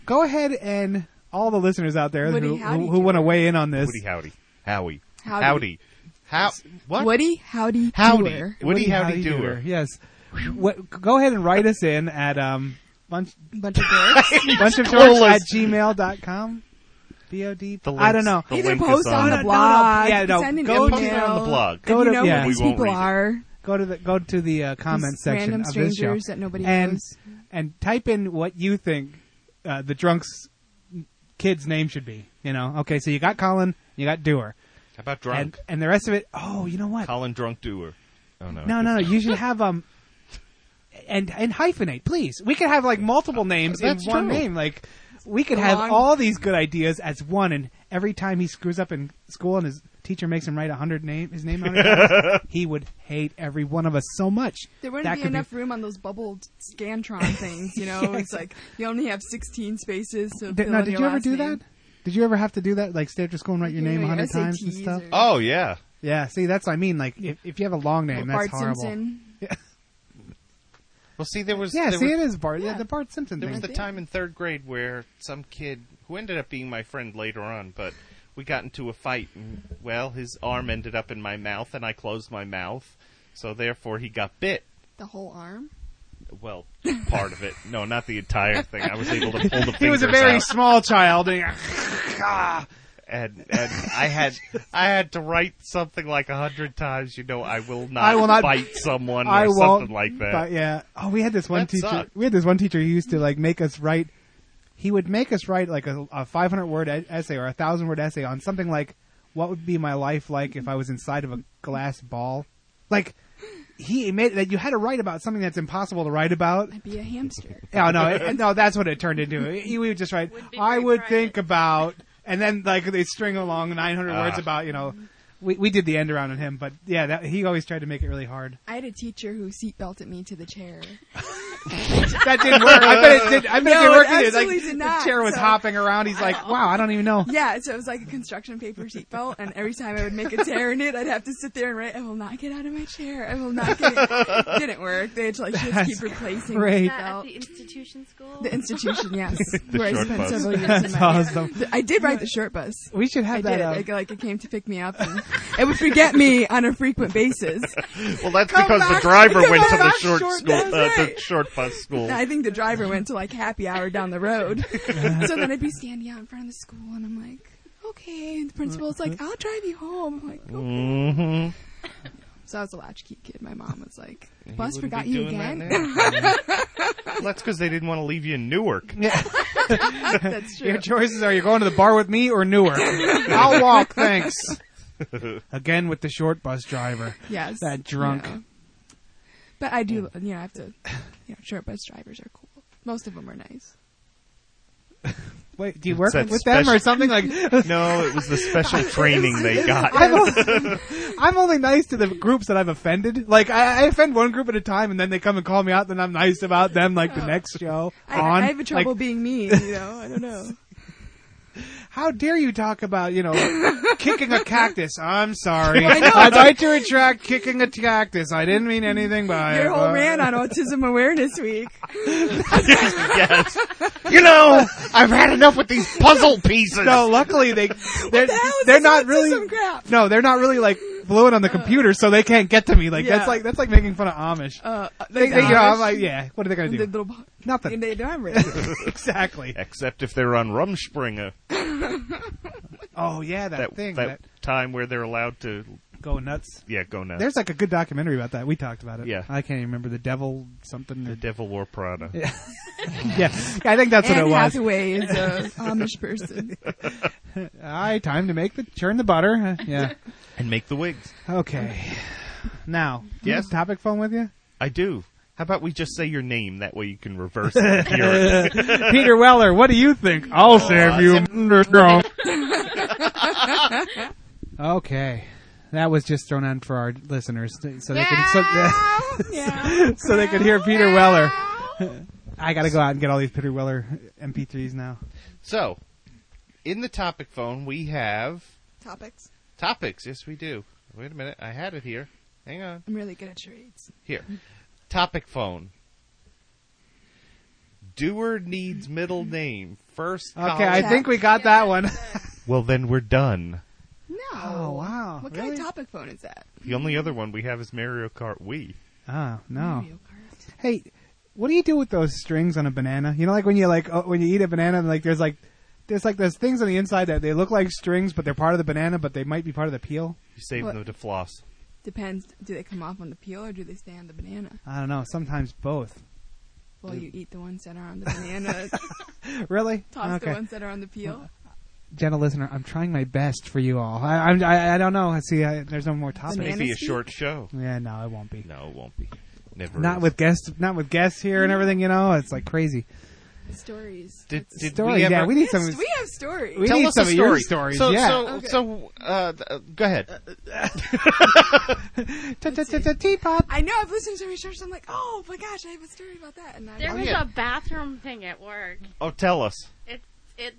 Speaker 8: Go ahead and all the listeners out there
Speaker 10: Woody
Speaker 8: who,
Speaker 10: Howdy
Speaker 8: who, who want to weigh in on this.
Speaker 9: Woody Howdy. Howie.
Speaker 10: Howdy.
Speaker 9: Howdy. How? What?
Speaker 10: Woody Howdy
Speaker 9: Howdy.
Speaker 10: Doer.
Speaker 9: Woody Howdy Doer.
Speaker 8: Yes. What, go ahead and write us in at um bunch
Speaker 10: bunch of dorks
Speaker 8: bunch of
Speaker 10: Call
Speaker 8: dorks
Speaker 10: us.
Speaker 8: at gmail.com. BOD.
Speaker 9: The
Speaker 8: I don't
Speaker 9: links-
Speaker 8: know.
Speaker 9: the Either link post is on on the the- blog,
Speaker 8: Yeah, no.
Speaker 10: send an
Speaker 8: go
Speaker 10: email.
Speaker 8: to,
Speaker 10: Post it on the blog.
Speaker 8: Go to
Speaker 10: And you know who
Speaker 8: yeah.
Speaker 10: these We won't people read it. are.
Speaker 8: Go to the go to the uh, comment
Speaker 10: These
Speaker 8: section
Speaker 10: random
Speaker 8: of this show
Speaker 10: strangers that nobody
Speaker 8: and
Speaker 10: knows.
Speaker 8: and type in what you think uh, the drunk's kid's name should be. You know. Okay, so you got Colin, you got Doer.
Speaker 9: How about drunk?
Speaker 8: And, and the rest of it. Oh, you know what?
Speaker 9: Colin Drunk Doer. Oh no.
Speaker 8: No, no, no. You should have um, and and hyphenate, please. We could have like multiple names
Speaker 9: That's
Speaker 8: in one
Speaker 9: true.
Speaker 8: name. Like we could
Speaker 9: The
Speaker 8: have
Speaker 9: long-
Speaker 8: all these good ideas as one. And every time he screws up in school and his teacher makes him write a hundred name his name on it, he would hate every one of us so much.
Speaker 10: There wouldn't
Speaker 8: That
Speaker 10: be
Speaker 8: could
Speaker 10: enough room on those bubbled Scantron things, you know? It's like you only have 16 spaces to
Speaker 8: Did,
Speaker 10: fill
Speaker 8: now,
Speaker 10: in
Speaker 8: did
Speaker 10: your
Speaker 8: you ever
Speaker 10: last
Speaker 8: do
Speaker 10: name.
Speaker 8: that? Did you ever have to do that? Like stay after school and write your
Speaker 10: You know,
Speaker 8: name a
Speaker 10: your
Speaker 8: hundred times and
Speaker 10: SATs
Speaker 8: stuff.
Speaker 9: Oh yeah.
Speaker 8: Yeah, see, that's what I mean. Like, if, if you have a long name, that's
Speaker 10: Bart
Speaker 8: horrible.
Speaker 10: Simpson.
Speaker 9: Well, see, there was
Speaker 8: Yeah,
Speaker 9: there
Speaker 8: see, it
Speaker 9: was-
Speaker 8: is Bart. Yeah, the Bart Simpson
Speaker 9: There
Speaker 8: thing.
Speaker 9: was the time in third grade where some kid who ended up being my friend later on, but we got into a fight. And, well, his arm ended up in my mouth, and I closed my mouth, so therefore he got bit.
Speaker 10: The whole arm?
Speaker 9: Well, part of it. No, not the entire thing. I was able to pull the.
Speaker 8: he was a
Speaker 9: fingers
Speaker 8: very
Speaker 9: out.
Speaker 8: small child. and- ah,
Speaker 9: and and I had I had to write something like a hundred times. You know, I will not.
Speaker 8: I will not
Speaker 9: bite someone
Speaker 8: I
Speaker 9: or
Speaker 8: won't,
Speaker 9: something like that.
Speaker 8: But yeah. Oh, we had this one
Speaker 9: That
Speaker 8: teacher.
Speaker 9: sucked.
Speaker 8: We had this one teacher who used to like make us write. He would make us write like a, a 500 word e- essay or a thousand word essay on something like, "What would be my life like if I was inside of a glass ball?" Like he made that you had to write about something that's impossible to write about.
Speaker 10: Be a hamster.
Speaker 8: Oh no, it, no, that's what it turned into. He would just write, "I would think about," and then like they string along 900 words
Speaker 9: Ah.
Speaker 8: about you
Speaker 10: Mm-hmm.
Speaker 8: know. We we did the end around on him, but yeah, that, he always tried to make it really hard.
Speaker 10: I had a teacher who seatbelted me to the chair.
Speaker 8: That didn't work. I bet it did. I bet
Speaker 10: No,
Speaker 8: it did work.
Speaker 10: it
Speaker 8: It did.
Speaker 10: absolutely
Speaker 8: Like
Speaker 10: did not.
Speaker 8: the chair was
Speaker 10: So-
Speaker 8: hopping around. He's like, "Wow, I don't even know."
Speaker 10: Yeah, so it was like a construction paper seatbelt, and every time I would make a tear in it, I'd have to sit there and write, I will not get out of my chair. I will not get it. Didn't work. They had to like just
Speaker 8: That's
Speaker 10: keep replacing
Speaker 8: great.
Speaker 10: the
Speaker 11: Not at
Speaker 10: seatbelt.
Speaker 11: the institution school.
Speaker 10: The institution, yes.
Speaker 8: The
Speaker 10: where I
Speaker 8: short
Speaker 10: spent
Speaker 8: bus.
Speaker 10: several years.
Speaker 8: That's
Speaker 10: in my
Speaker 8: awesome.
Speaker 10: I did ride the short bus.
Speaker 8: We should have
Speaker 10: I
Speaker 8: that,
Speaker 10: Did.
Speaker 8: uh,
Speaker 10: Like, like it came to pick me up. And it would forget me on a frequent basis.
Speaker 9: Well, that's
Speaker 10: Come
Speaker 9: because the
Speaker 10: back-
Speaker 9: driver
Speaker 10: come
Speaker 9: went to the
Speaker 10: back
Speaker 9: short,
Speaker 10: short,
Speaker 9: school,
Speaker 10: that's
Speaker 9: uh, the
Speaker 10: right.
Speaker 9: short bus school.
Speaker 10: I think the driver went to like happy hour down the road. so then I'd be standing out in front of the school, and I'm like, okay. And the principal's like, I'll drive you home. I'm like,
Speaker 9: Mm-hmm.
Speaker 10: so I was a latchkey kid. My mom was like,
Speaker 9: You
Speaker 10: bus
Speaker 9: wouldn't
Speaker 10: forgot
Speaker 9: be
Speaker 10: you
Speaker 9: doing that
Speaker 10: again.
Speaker 9: now. well, that's because they didn't want to leave you in Newark.
Speaker 10: That's true.
Speaker 8: Your choices are: you're going to the bar with me or Newark. I'll walk, thanks. Again with the short bus driver.
Speaker 10: Yes.
Speaker 8: that drunk.
Speaker 10: Yeah. But I do, you know, I have to, you know, short bus drivers are cool. Most of them are nice.
Speaker 8: Wait, do you work
Speaker 9: That
Speaker 8: with them or
Speaker 9: special-
Speaker 8: something like?
Speaker 9: No, it was the special training they got.
Speaker 8: I'm, o- I'm only nice to the groups that I've offended. Like I, I offend one group at a time, and then they come and call me out. Then I'm nice about them. Like the next show
Speaker 10: I,
Speaker 8: on.
Speaker 10: I have a trouble
Speaker 8: Like,
Speaker 10: being mean, you know, I don't know.
Speaker 8: how dare you talk about you know kicking a cactus? I'm sorry.
Speaker 10: I know.
Speaker 8: would like to retract kicking a cactus. I didn't mean anything by it.
Speaker 10: Your whole
Speaker 8: Uh,
Speaker 10: rant on Autism Awareness Week.
Speaker 9: yes. You know, I've had enough with these puzzle pieces.
Speaker 8: No, luckily they they're,
Speaker 10: hell is
Speaker 8: they're
Speaker 10: this
Speaker 8: not
Speaker 10: autism
Speaker 8: really
Speaker 10: crap? Uh,
Speaker 8: no, they're not really like fluent on the computer, so they can't get to me. Like
Speaker 10: Yeah.
Speaker 8: that's like that's like making fun of Amish.
Speaker 10: Uh,
Speaker 8: They- they- you know, I'm like, yeah, what are they gonna do?
Speaker 10: The little bo-
Speaker 8: Nothing.
Speaker 10: And they don't have
Speaker 8: exactly.
Speaker 9: Except if they're on Rumspringer.
Speaker 8: Oh yeah, that, thing. That,
Speaker 9: That, time where they're allowed to
Speaker 8: go nuts.
Speaker 9: Yeah, go nuts.
Speaker 8: there's like a good documentary about that. We talked about it.
Speaker 9: Yeah.
Speaker 8: I can't even remember the devil something.
Speaker 9: the Devil War Prada.
Speaker 8: Yeah. yeah, I think that's
Speaker 10: Anne
Speaker 8: what it was.
Speaker 10: Hathaway is a Amish person.
Speaker 8: I time to make the churn the butter. Uh, yeah.
Speaker 9: And make the wigs.
Speaker 8: Okay. Now, do you
Speaker 9: Yes?
Speaker 8: have topic phone with you?
Speaker 9: I do. How about we just say your name? That way you can reverse it. and hear it.
Speaker 8: Peter Weller, what do you think? I'll save you. okay. That was just thrown on for our listeners so they can so, so they could hear Peter Weller. I got to go out and get all these Peter Weller MP3s now.
Speaker 9: So, in the topic phone, we have
Speaker 10: Topics.
Speaker 9: topics. Yes, we do. Wait a minute. I had it here. Hang on.
Speaker 10: I'm really good at charades.
Speaker 9: Here. Topic phone. Doer needs middle name. First
Speaker 8: Okay,
Speaker 9: column.
Speaker 8: I think we got that one.
Speaker 9: Well, then we're done.
Speaker 10: No.
Speaker 8: Oh, wow.
Speaker 10: What kind of topic phone is that?
Speaker 9: The only other one we have is Mario Kart Wii.
Speaker 8: Ah, no. Hey, what do you do with those strings on a banana? You know, like when you like oh, when you eat a banana, and like there's like there's like those things on the inside that they look like strings, but they're part of the banana, but they might be part of the peel.
Speaker 9: You save
Speaker 10: What?
Speaker 9: them to floss.
Speaker 10: Depends. Do they come off on the peel or do they stay on the banana?
Speaker 8: I don't know. Sometimes both.
Speaker 10: Well, you eat the ones that are on the banana.
Speaker 8: Really?
Speaker 10: Toss
Speaker 8: okay.
Speaker 10: the ones that are on the peel.
Speaker 8: Gentle listener, I'm trying my best for you all. I I'm, I, I don't know. See, I, there's no more
Speaker 9: It's
Speaker 8: topics.
Speaker 9: going to be a short show.
Speaker 8: Yeah, no, it won't be.
Speaker 9: No, it won't be. Never.
Speaker 8: Not
Speaker 9: is.
Speaker 8: with guests, not with guests here and everything. You know, it's like crazy.
Speaker 10: Stories.
Speaker 9: Did, did
Speaker 8: Story,
Speaker 9: we ever,
Speaker 8: yeah, we need some.
Speaker 10: We have stories.
Speaker 8: We
Speaker 9: Tell
Speaker 8: need
Speaker 9: us
Speaker 8: some
Speaker 9: a
Speaker 8: of your
Speaker 9: story.
Speaker 8: stories,
Speaker 9: So,
Speaker 8: yeah.
Speaker 9: so, so uh, th- uh, go ahead.
Speaker 8: Teapot.
Speaker 10: I know. I've listened to research. I'm like, oh my gosh, I have a story about that. And I
Speaker 11: There
Speaker 9: Oh,
Speaker 11: was
Speaker 9: yeah.
Speaker 11: a bathroom thing at work.
Speaker 9: Oh, tell us.
Speaker 11: It it.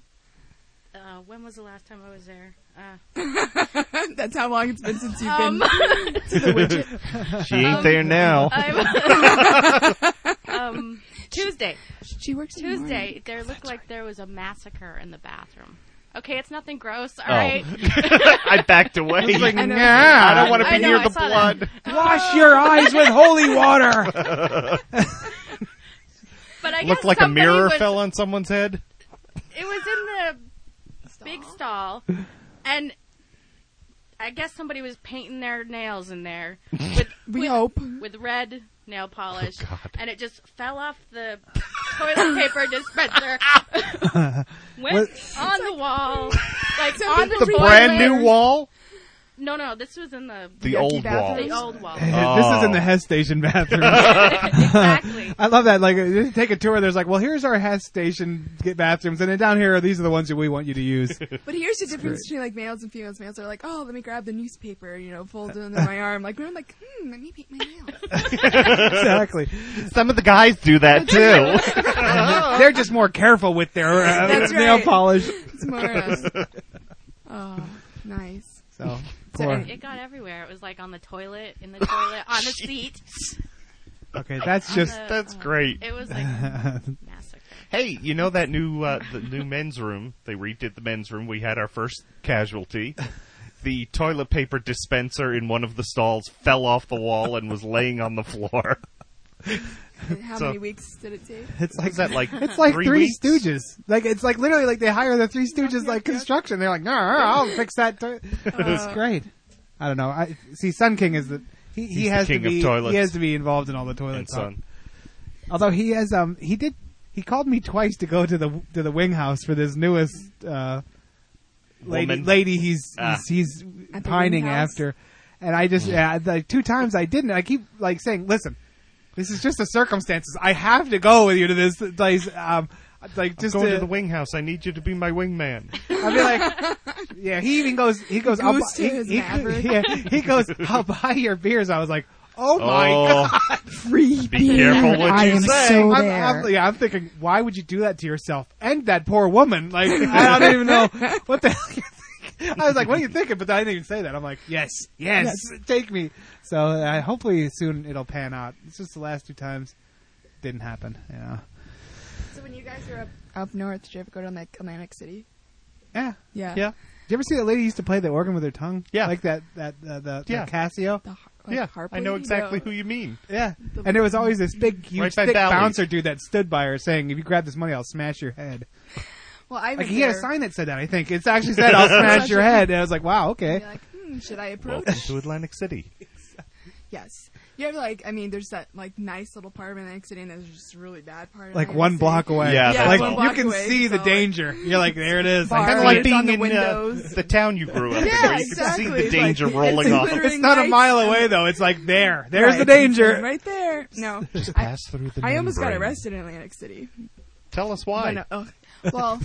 Speaker 11: Uh, when was the last time I was there? Uh,
Speaker 10: That's how long it's been since you've
Speaker 11: Um,
Speaker 10: been to the widget.
Speaker 9: She ain't there now.
Speaker 11: I'm- um, Tuesday.
Speaker 10: She works in the
Speaker 11: Tuesday.
Speaker 10: morning.
Speaker 11: There looked like there was a massacre in the bathroom. Okay, it's nothing gross. All
Speaker 9: Oh.
Speaker 11: right.
Speaker 9: I backed away. I,
Speaker 8: like, I know. "Nah, I don't wanna
Speaker 11: I
Speaker 8: be
Speaker 11: know,
Speaker 8: near
Speaker 11: I
Speaker 8: the
Speaker 11: saw that.
Speaker 8: blood." Wash your eyes with holy water.
Speaker 11: But I
Speaker 9: Looked
Speaker 11: guess
Speaker 9: like a
Speaker 11: somebody
Speaker 9: mirror
Speaker 11: was-
Speaker 9: fell on someone's head.
Speaker 11: It was in the big stall, and I guess somebody was painting their nails in there with
Speaker 10: We
Speaker 11: with,
Speaker 10: hope.
Speaker 11: with red
Speaker 9: Oh,
Speaker 11: nail polish, and it just fell off the toilet paper dispenser, went
Speaker 8: What-
Speaker 11: on the wall, like
Speaker 10: So
Speaker 11: on the,
Speaker 10: people
Speaker 9: The
Speaker 11: toilet.
Speaker 9: brand new wall.
Speaker 11: No, no, this was in the
Speaker 9: The old wall.
Speaker 11: The old wall.
Speaker 8: This is in the Hess Station bathroom.
Speaker 11: Exactly.
Speaker 8: I love that. Like, uh, take a tour. There's like, well, here's our Hess Station get bathrooms, and then down here, these are the ones that we want you to use.
Speaker 10: But here's the
Speaker 8: great.
Speaker 10: difference between like males and females. Males are like, oh, let me grab the newspaper, you know, fold it under my arm. Like, I'm like, hmm, let me paint my
Speaker 8: exactly.
Speaker 9: Some of the guys do that too.
Speaker 8: They're just more careful with their uh,
Speaker 10: That's
Speaker 8: nail
Speaker 10: right.
Speaker 8: polish.
Speaker 10: It's more, uh, Oh, nice.
Speaker 8: So,
Speaker 11: So
Speaker 8: poor.
Speaker 11: it, it got everywhere. It was like on the toilet, in the toilet, on the seat.
Speaker 8: Okay, that's
Speaker 11: On
Speaker 8: just
Speaker 11: the-
Speaker 9: That's
Speaker 11: uh,
Speaker 9: great.
Speaker 11: It was like massive.
Speaker 9: hey, you know that new uh, the new men's room? They redid the men's room. We had our first casualty. The toilet paper dispenser in one of the stalls fell off the wall and was laying on the floor.
Speaker 10: And how
Speaker 9: So-
Speaker 10: many weeks did it take?
Speaker 8: It's
Speaker 9: like that, like
Speaker 8: it's like
Speaker 9: three
Speaker 8: Three,
Speaker 9: weeks?
Speaker 8: Stooges. Like it's like literally like they hire the Three Stooges like construction. They're like, no, I'll fix that. To-. It's
Speaker 9: Uh.
Speaker 8: great. I don't know. I see. Sun King is the he,
Speaker 9: He's
Speaker 8: he
Speaker 9: the
Speaker 8: has
Speaker 9: king
Speaker 8: to
Speaker 9: of
Speaker 8: be
Speaker 9: toilets.
Speaker 8: he has to be involved in all the toilet
Speaker 9: And
Speaker 8: talk.
Speaker 9: Sun.
Speaker 8: Although he has um he did he called me twice to go to the to the wing house for this newest uh lady
Speaker 9: Woman.
Speaker 8: lady he's
Speaker 9: Ah.
Speaker 8: he's, he's
Speaker 10: At the
Speaker 8: pining
Speaker 10: wing house?
Speaker 8: after, and I just yeah,
Speaker 9: Mm-hmm.
Speaker 8: like two times I didn't. I keep like saying, listen. This is just the circumstances. I have to go with you to this place. Um, like
Speaker 9: Just
Speaker 8: just
Speaker 9: going
Speaker 8: to-
Speaker 9: to the wing house. I need you to be my wingman.
Speaker 8: I'd be like, yeah, he even goes, he goes,
Speaker 10: Goes
Speaker 8: I'll bu-
Speaker 10: to
Speaker 8: he,
Speaker 10: his
Speaker 8: he-
Speaker 10: Maverick.
Speaker 8: yeah, he goes, I'll buy your beers. I was like, oh my
Speaker 9: Oh.
Speaker 8: god,
Speaker 10: Free
Speaker 9: Be careful what
Speaker 10: I
Speaker 9: you
Speaker 10: am
Speaker 9: say.
Speaker 10: so
Speaker 8: I'm,
Speaker 10: there.
Speaker 8: I'm- yeah, I'm thinking, why would you do that to yourself and that poor woman? Like, I don't even know what the hell you're thinking. I was like, what are you thinking? But I didn't even say that. I'm like, yes, yes, take me. So uh, hopefully soon it'll pan out. It's just the last two times didn't happen. Yeah.
Speaker 10: So when you guys were up, up north, did you ever go to like Atlantic City?
Speaker 8: Yeah.
Speaker 10: Yeah.
Speaker 9: Yeah.
Speaker 8: Did you ever see that lady who used to play the organ with her tongue?
Speaker 9: Yeah.
Speaker 8: Like that, that, uh, the,
Speaker 9: Yeah.
Speaker 8: the Casio?
Speaker 10: The har- like
Speaker 9: yeah,
Speaker 10: harp
Speaker 9: I know
Speaker 10: lady?
Speaker 9: exactly
Speaker 10: No.
Speaker 9: who you mean.
Speaker 8: Yeah.
Speaker 10: The-
Speaker 8: And there was always this big, huge,
Speaker 9: Right by
Speaker 8: thick
Speaker 9: Bally's.
Speaker 8: bouncer dude that stood by her saying, if you grab this money, I'll smash your head.
Speaker 10: Well, I was
Speaker 8: Like, he
Speaker 10: there.
Speaker 8: had a sign that said that, I think. It's actually said, I'll smash your head. And I was like, wow,
Speaker 10: and
Speaker 8: okay.
Speaker 10: you're like, hmm, should I approach?
Speaker 9: Welcome to Atlantic City.
Speaker 10: yes. You ever like, I mean, there's that like nice little part of Atlantic City, and there's just a really bad part. Of
Speaker 8: Like
Speaker 10: Atlantic
Speaker 8: one
Speaker 10: City.
Speaker 8: block away.
Speaker 9: Yeah, that's
Speaker 8: Like,
Speaker 9: all.
Speaker 8: you can
Speaker 10: Block away,
Speaker 8: see the
Speaker 10: so, like,
Speaker 8: danger. You're like, there it is.
Speaker 10: Bars.
Speaker 9: Kind of
Speaker 10: Kinda
Speaker 8: Like,
Speaker 9: like
Speaker 10: It's on
Speaker 9: being
Speaker 10: the
Speaker 9: in uh,
Speaker 10: windows.
Speaker 9: the town you grew up in,
Speaker 10: Yeah,
Speaker 9: where you can see
Speaker 10: exactly.
Speaker 9: the danger
Speaker 10: Like,
Speaker 9: rolling
Speaker 10: it's
Speaker 9: off.
Speaker 10: glittering
Speaker 8: it's not a
Speaker 10: lights
Speaker 8: mile
Speaker 10: and-
Speaker 8: away though. It's like there. There's
Speaker 10: Right.
Speaker 8: the danger.
Speaker 10: right there. No,
Speaker 9: Just
Speaker 10: I,
Speaker 9: pass through the.
Speaker 10: I almost got
Speaker 9: membrane.
Speaker 10: arrested in Atlantic City.
Speaker 9: Tell us
Speaker 10: Why
Speaker 9: why.
Speaker 10: not? Ugh. Well,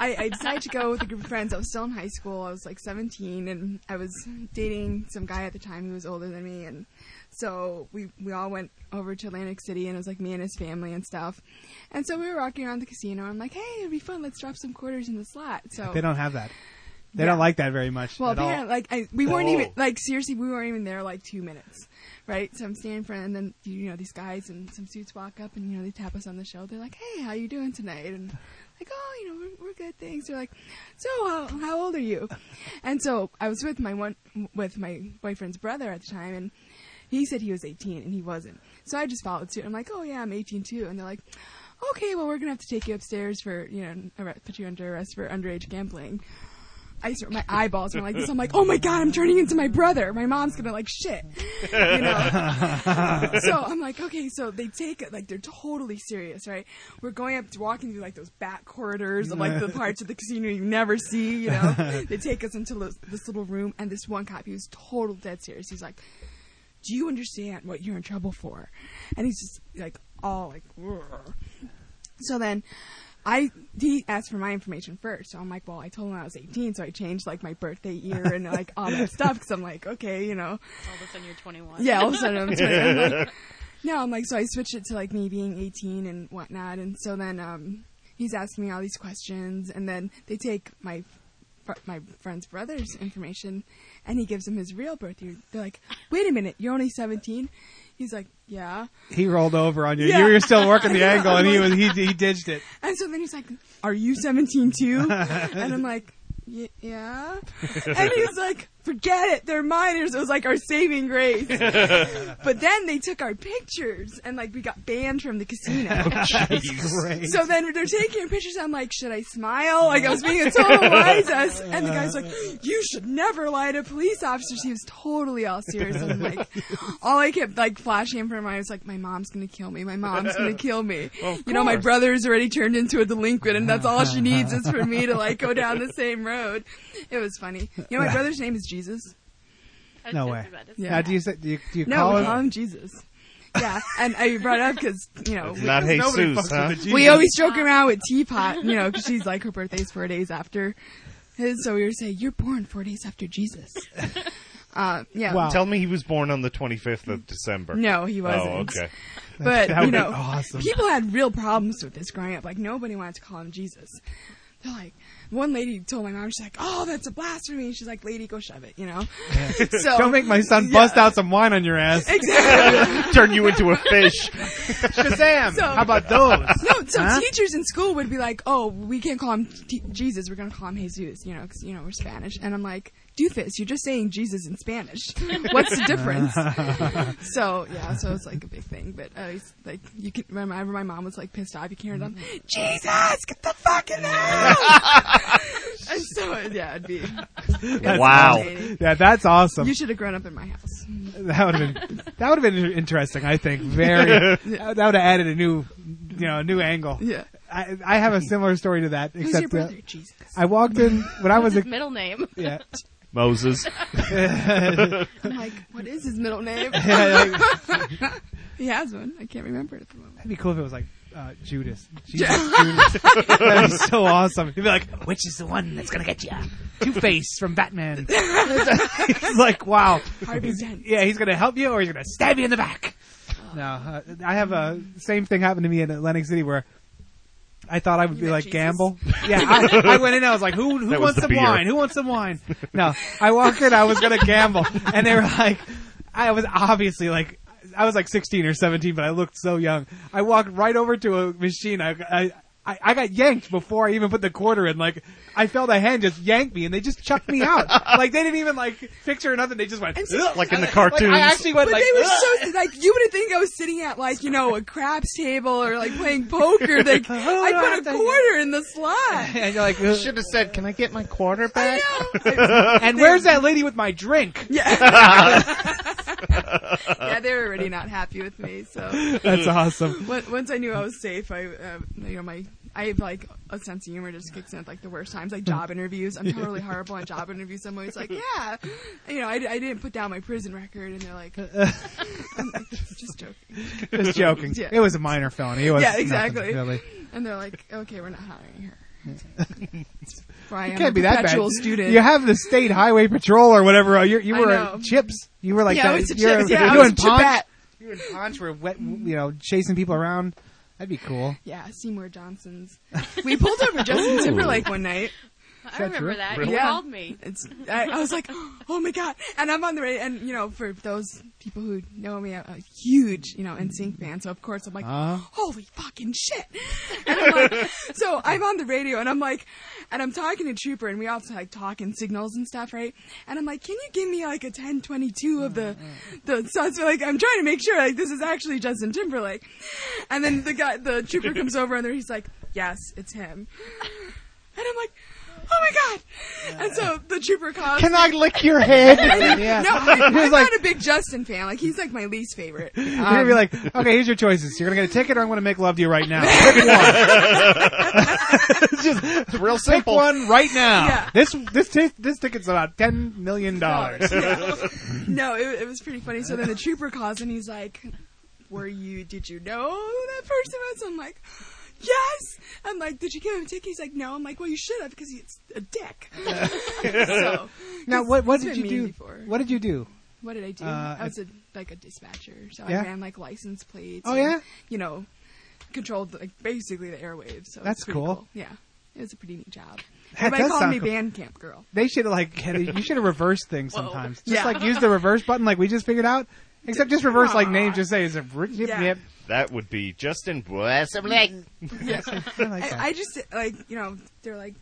Speaker 10: I, I decided to go with a group of friends. I was still in high school. I was like 17, and I was dating some guy at the time who was older than me. And so we we all went over to Atlantic City, and it was like me and his family and stuff. And so we were walking around the casino. I'm like, hey, it'd be fun. Let's drop some quarters in the slot. So
Speaker 8: They don't have that. They don't like that very much.
Speaker 10: Well,
Speaker 8: at all.
Speaker 10: apparently, like I, we weren't even like seriously, we weren't even there like two minutes, right? So I'm standing in front, and then you know these guys in some suits walk up, and you know they tap us on the shoulder, like, "Hey, how you doing tonight?" And like, "Oh, you know, we're, we're good, thanks." They're like, "So, how, how old are you?" And so I was with my one with my boyfriend's brother at the time, and he said he was 18, and he wasn't. So I just followed suit. I'm like, "Oh yeah, I'm 18 too," and they're like. Okay, well, we're gonna have to take you upstairs for you know arre- put you under arrest for underage gambling. I start, my eyeballs are like this. I'm like, oh my god, I'm turning into my brother. My mom's gonna like shit. You know? so I'm like, okay, so they take it like they're totally serious, right? We're going up, walking through like those back corridors of like the parts of the casino you never see. You know, they take us into this, this little room, and this one cop, he was total dead serious. He's like, do you understand what you're in trouble for? And he's just like all like. "Grr." So then I he asked for my information first. So I'm like, well, I told him I was 18, so I changed like my birthday year and like all that stuff because I'm like, okay, you know.
Speaker 11: All of a sudden you're 21.
Speaker 10: Yeah, all of a sudden I'm 20. I'm like, no, I'm like, so I switched it to like me being 18 and whatnot. And so then um, he's asking me all these questions, and then they take my fr- my friend's brother's information, and he gives them his real birth year. They're like, wait a minute, you're only 17. He's like, yeah.
Speaker 8: He rolled over on you.
Speaker 10: Yeah.
Speaker 8: You were still working the
Speaker 10: Yeah,
Speaker 8: angle,
Speaker 10: I'm
Speaker 8: and he was
Speaker 10: like-
Speaker 8: he, he ditched it.
Speaker 10: And so then he's like, "Are you 17 too?" and I'm like, "Y- "Yeah." And he's like, "Forget it. They're minors." It was like our saving grace. but then they took our pictures, and like we got banned from the casino.
Speaker 8: great.
Speaker 10: So then they're taking our pictures. I'm like, "Should I smile?" Like I was being a total wise ass. And the guy's like, "You should never lie to police officers." He was totally all serious. And I'm like, all I kept like flashing in front of my mind was like, "My mom's gonna kill me. My mom's gonna kill me."
Speaker 11: Of
Speaker 10: you know, my
Speaker 11: course.
Speaker 10: brother's already turned into a delinquent, and that's all she needs is for me to like go down the same road. It was funny. You know, my brother's name is Jesus.
Speaker 8: No way.
Speaker 10: Yeah.
Speaker 8: Now, do you say, do you, do you
Speaker 10: no,
Speaker 8: call
Speaker 10: we
Speaker 8: him?
Speaker 10: call him Jesus. Yeah, and I brought it up because you know
Speaker 8: It's
Speaker 10: we-
Speaker 8: not
Speaker 10: nobody
Speaker 8: Jesus,
Speaker 10: fucks with
Speaker 8: huh?
Speaker 10: the Jesus. We always joke around with Teapot, you know, because she's like her birthday's four days after his, so we would say you're born four days after Jesus. Uh, yeah.
Speaker 9: Tell me he was born on the 25th of December.
Speaker 10: No, he wasn't.
Speaker 9: Oh, okay.
Speaker 10: But you know, people had real problems with this growing up. Like nobody wanted to call him Jesus. They're like, one lady told my mom, she's like, "Oh, that's a blasphemy." And she's like, "Lady, go shove it," you know. So
Speaker 8: Don't make my son bust out some wine on your ass.
Speaker 10: Exactly.
Speaker 9: Turn you into a fish.
Speaker 8: Shazam!
Speaker 10: So-
Speaker 8: How about those?
Speaker 10: No, so
Speaker 8: Huh?
Speaker 10: teachers in school would be like, "Oh, we can't call him t- Jesus. We're gonna call him Jesus," you know, because you know we're Spanish. And I'm like, "Doofus, you're just saying Jesus in Spanish. What's the difference?" so yeah, so it's like a big thing. But I was like, you can remember my mom was like pissed off. You can't them,
Speaker 8: Mm-hmm.
Speaker 10: Jesus, get the fuck in there. and so yeah, it'd be
Speaker 8: That's
Speaker 9: Wow.
Speaker 8: awesome. Yeah, that's awesome.
Speaker 10: You should have grown up in my house.
Speaker 8: That would have been that would have been interesting. I think very that would have added a new you know a new angle.
Speaker 10: Yeah.
Speaker 8: I, I have a similar story to that.
Speaker 11: Who's
Speaker 8: Except
Speaker 11: your brother?
Speaker 8: that
Speaker 10: Jesus.
Speaker 8: I walked in when I was
Speaker 11: What's
Speaker 8: a
Speaker 11: his middle name?
Speaker 8: yeah.
Speaker 9: Moses.
Speaker 10: I'm like, what is his middle name?
Speaker 8: Yeah,
Speaker 10: he has one. I can't remember it at the moment.
Speaker 8: That'd be cool if it was like uh, Judas. Jesus, Judas. That'd be so awesome. He'd be like, which is the one that's gonna get you? Two Face from Batman. It's like, wow.
Speaker 10: Harvey Dent.
Speaker 8: Yeah, he's gonna help you or he's gonna stab you in the back. No, uh, I have a same thing happened to me in Atlantic City where I thought I would be like gamble. Yeah, I, I went in. I was like, who who
Speaker 9: That was
Speaker 8: wants
Speaker 9: the
Speaker 8: some
Speaker 9: beer.
Speaker 8: wine? Who wants some wine? No, I walked in. I was gonna gamble, and they were like, I was obviously like. I was like 16 or 17, but I looked so young. I walked right over to a machine. I, I, I, I got yanked before I even put the quarter in. Like, I felt a hand just yank me and they just chucked me out. like, they didn't even like picture nothing. They just went, "Ugh."
Speaker 9: Like in the
Speaker 8: I-
Speaker 9: cartoons.
Speaker 8: I actually went
Speaker 10: but
Speaker 8: like,
Speaker 10: they were
Speaker 8: "Ugh."
Speaker 10: so like you would think I was sitting at like you know a craps table or like playing poker. Like I put a quarter in the slot.
Speaker 8: and you're like, should
Speaker 9: have said, "Can I get my quarter back?"
Speaker 8: and where's that lady with my drink?
Speaker 10: yeah, they were already not happy with me. So
Speaker 8: That's awesome.
Speaker 10: When- Once I knew I was safe, I uh, you know my I have like a sense of humor just kicks in at like the worst times, like job interviews. I'm totally horrible on job interviews. I'm always like, yeah, you know, I, I didn't put down my prison record, and they're like, I'm like, just joking.
Speaker 8: Just joking.
Speaker 10: Yeah.
Speaker 8: It was a minor felony. It was
Speaker 10: yeah,
Speaker 8: nothing,
Speaker 10: exactly.
Speaker 8: really.
Speaker 10: And they're like, okay, we're not hiring her. Why
Speaker 8: It
Speaker 10: I'm
Speaker 8: can't
Speaker 10: a
Speaker 8: be that bad.
Speaker 10: perpetual student.
Speaker 8: You have the state highway patrol or whatever. uh, You're, you
Speaker 10: I
Speaker 8: were
Speaker 10: know.
Speaker 8: at chips. You were like
Speaker 10: Yeah, I
Speaker 8: that.
Speaker 10: was at
Speaker 8: you're,
Speaker 10: Chips. Yeah, I
Speaker 8: you're
Speaker 10: was
Speaker 8: in
Speaker 10: at Chipette.
Speaker 8: You and Ponch were wet, you know, chasing people around. That'd be cool.
Speaker 10: Yeah, Seymour Johnson's. We pulled over Justin Timberlake one night.
Speaker 11: I remember that. You
Speaker 10: Yeah.
Speaker 11: called me.
Speaker 10: It's, I, I was like, oh my god! And I'm on the radio, and you know, for those people who know me, I'm a huge, you know, NSYNC fan. So of course, I'm like,
Speaker 12: Uh-huh.
Speaker 10: holy fucking shit! And I'm like, so I'm on the radio, and I'm like, and I'm talking to Trooper, and we also like talk in signals and stuff, right? And I'm like, can you give me like a 10:22 of the the songs? So, like, I'm trying to make sure like this is actually Justin Timberlake. And then the guy, the Trooper comes over, and there he's like, yes, it's him. And I'm like, oh my god! And so the trooper calls.
Speaker 8: Can I lick your head? Yeah.
Speaker 10: No,
Speaker 8: He was
Speaker 10: I'm
Speaker 8: like-
Speaker 10: not a big Justin fan. Like he's like my least favorite.
Speaker 8: You're gonna be
Speaker 10: Um,
Speaker 8: like, okay, here's your choices. You're gonna get a ticket, or I'm gonna make love to you right now. Pick one. Just real
Speaker 10: simple.
Speaker 8: Pick one right now.
Speaker 10: Yeah.
Speaker 8: This this ti- this ticket's about ten million dollars.
Speaker 10: no, it, it was pretty funny. So then the trooper calls and he's like, "Were you? Did you know who that person was?" I'm like. Yes! I'm like, did you give him a ticket? He's like, no. I'm like, well, you should have because he's a dick. so,
Speaker 8: now, what what
Speaker 10: it's
Speaker 8: did
Speaker 10: been
Speaker 8: you
Speaker 10: mean
Speaker 8: do?
Speaker 10: before.
Speaker 8: What did you do?
Speaker 10: What did I do?
Speaker 8: Uh,
Speaker 10: I was a, like a dispatcher, so
Speaker 8: Yeah?
Speaker 10: I ran like license plates.
Speaker 8: Oh,
Speaker 10: and,
Speaker 8: yeah?
Speaker 10: you know, controlled like basically the airwaves. So it was
Speaker 8: That's
Speaker 10: pretty
Speaker 8: cool.
Speaker 10: Yeah, it was a pretty neat job.
Speaker 8: That
Speaker 10: Everybody
Speaker 8: does
Speaker 10: called
Speaker 8: sound
Speaker 10: me
Speaker 8: cool.
Speaker 10: band camp girl.
Speaker 8: They should have like had- you should have reversed things sometimes. Just
Speaker 10: Yeah.
Speaker 8: like use the reverse button, like we just figured out. Except just reverse like names. Just say it's a yip,
Speaker 10: Yeah.
Speaker 8: yip.
Speaker 9: That would be Justin Blessemlick.
Speaker 10: Yeah,
Speaker 8: I, like that.
Speaker 10: I, just like you know they're like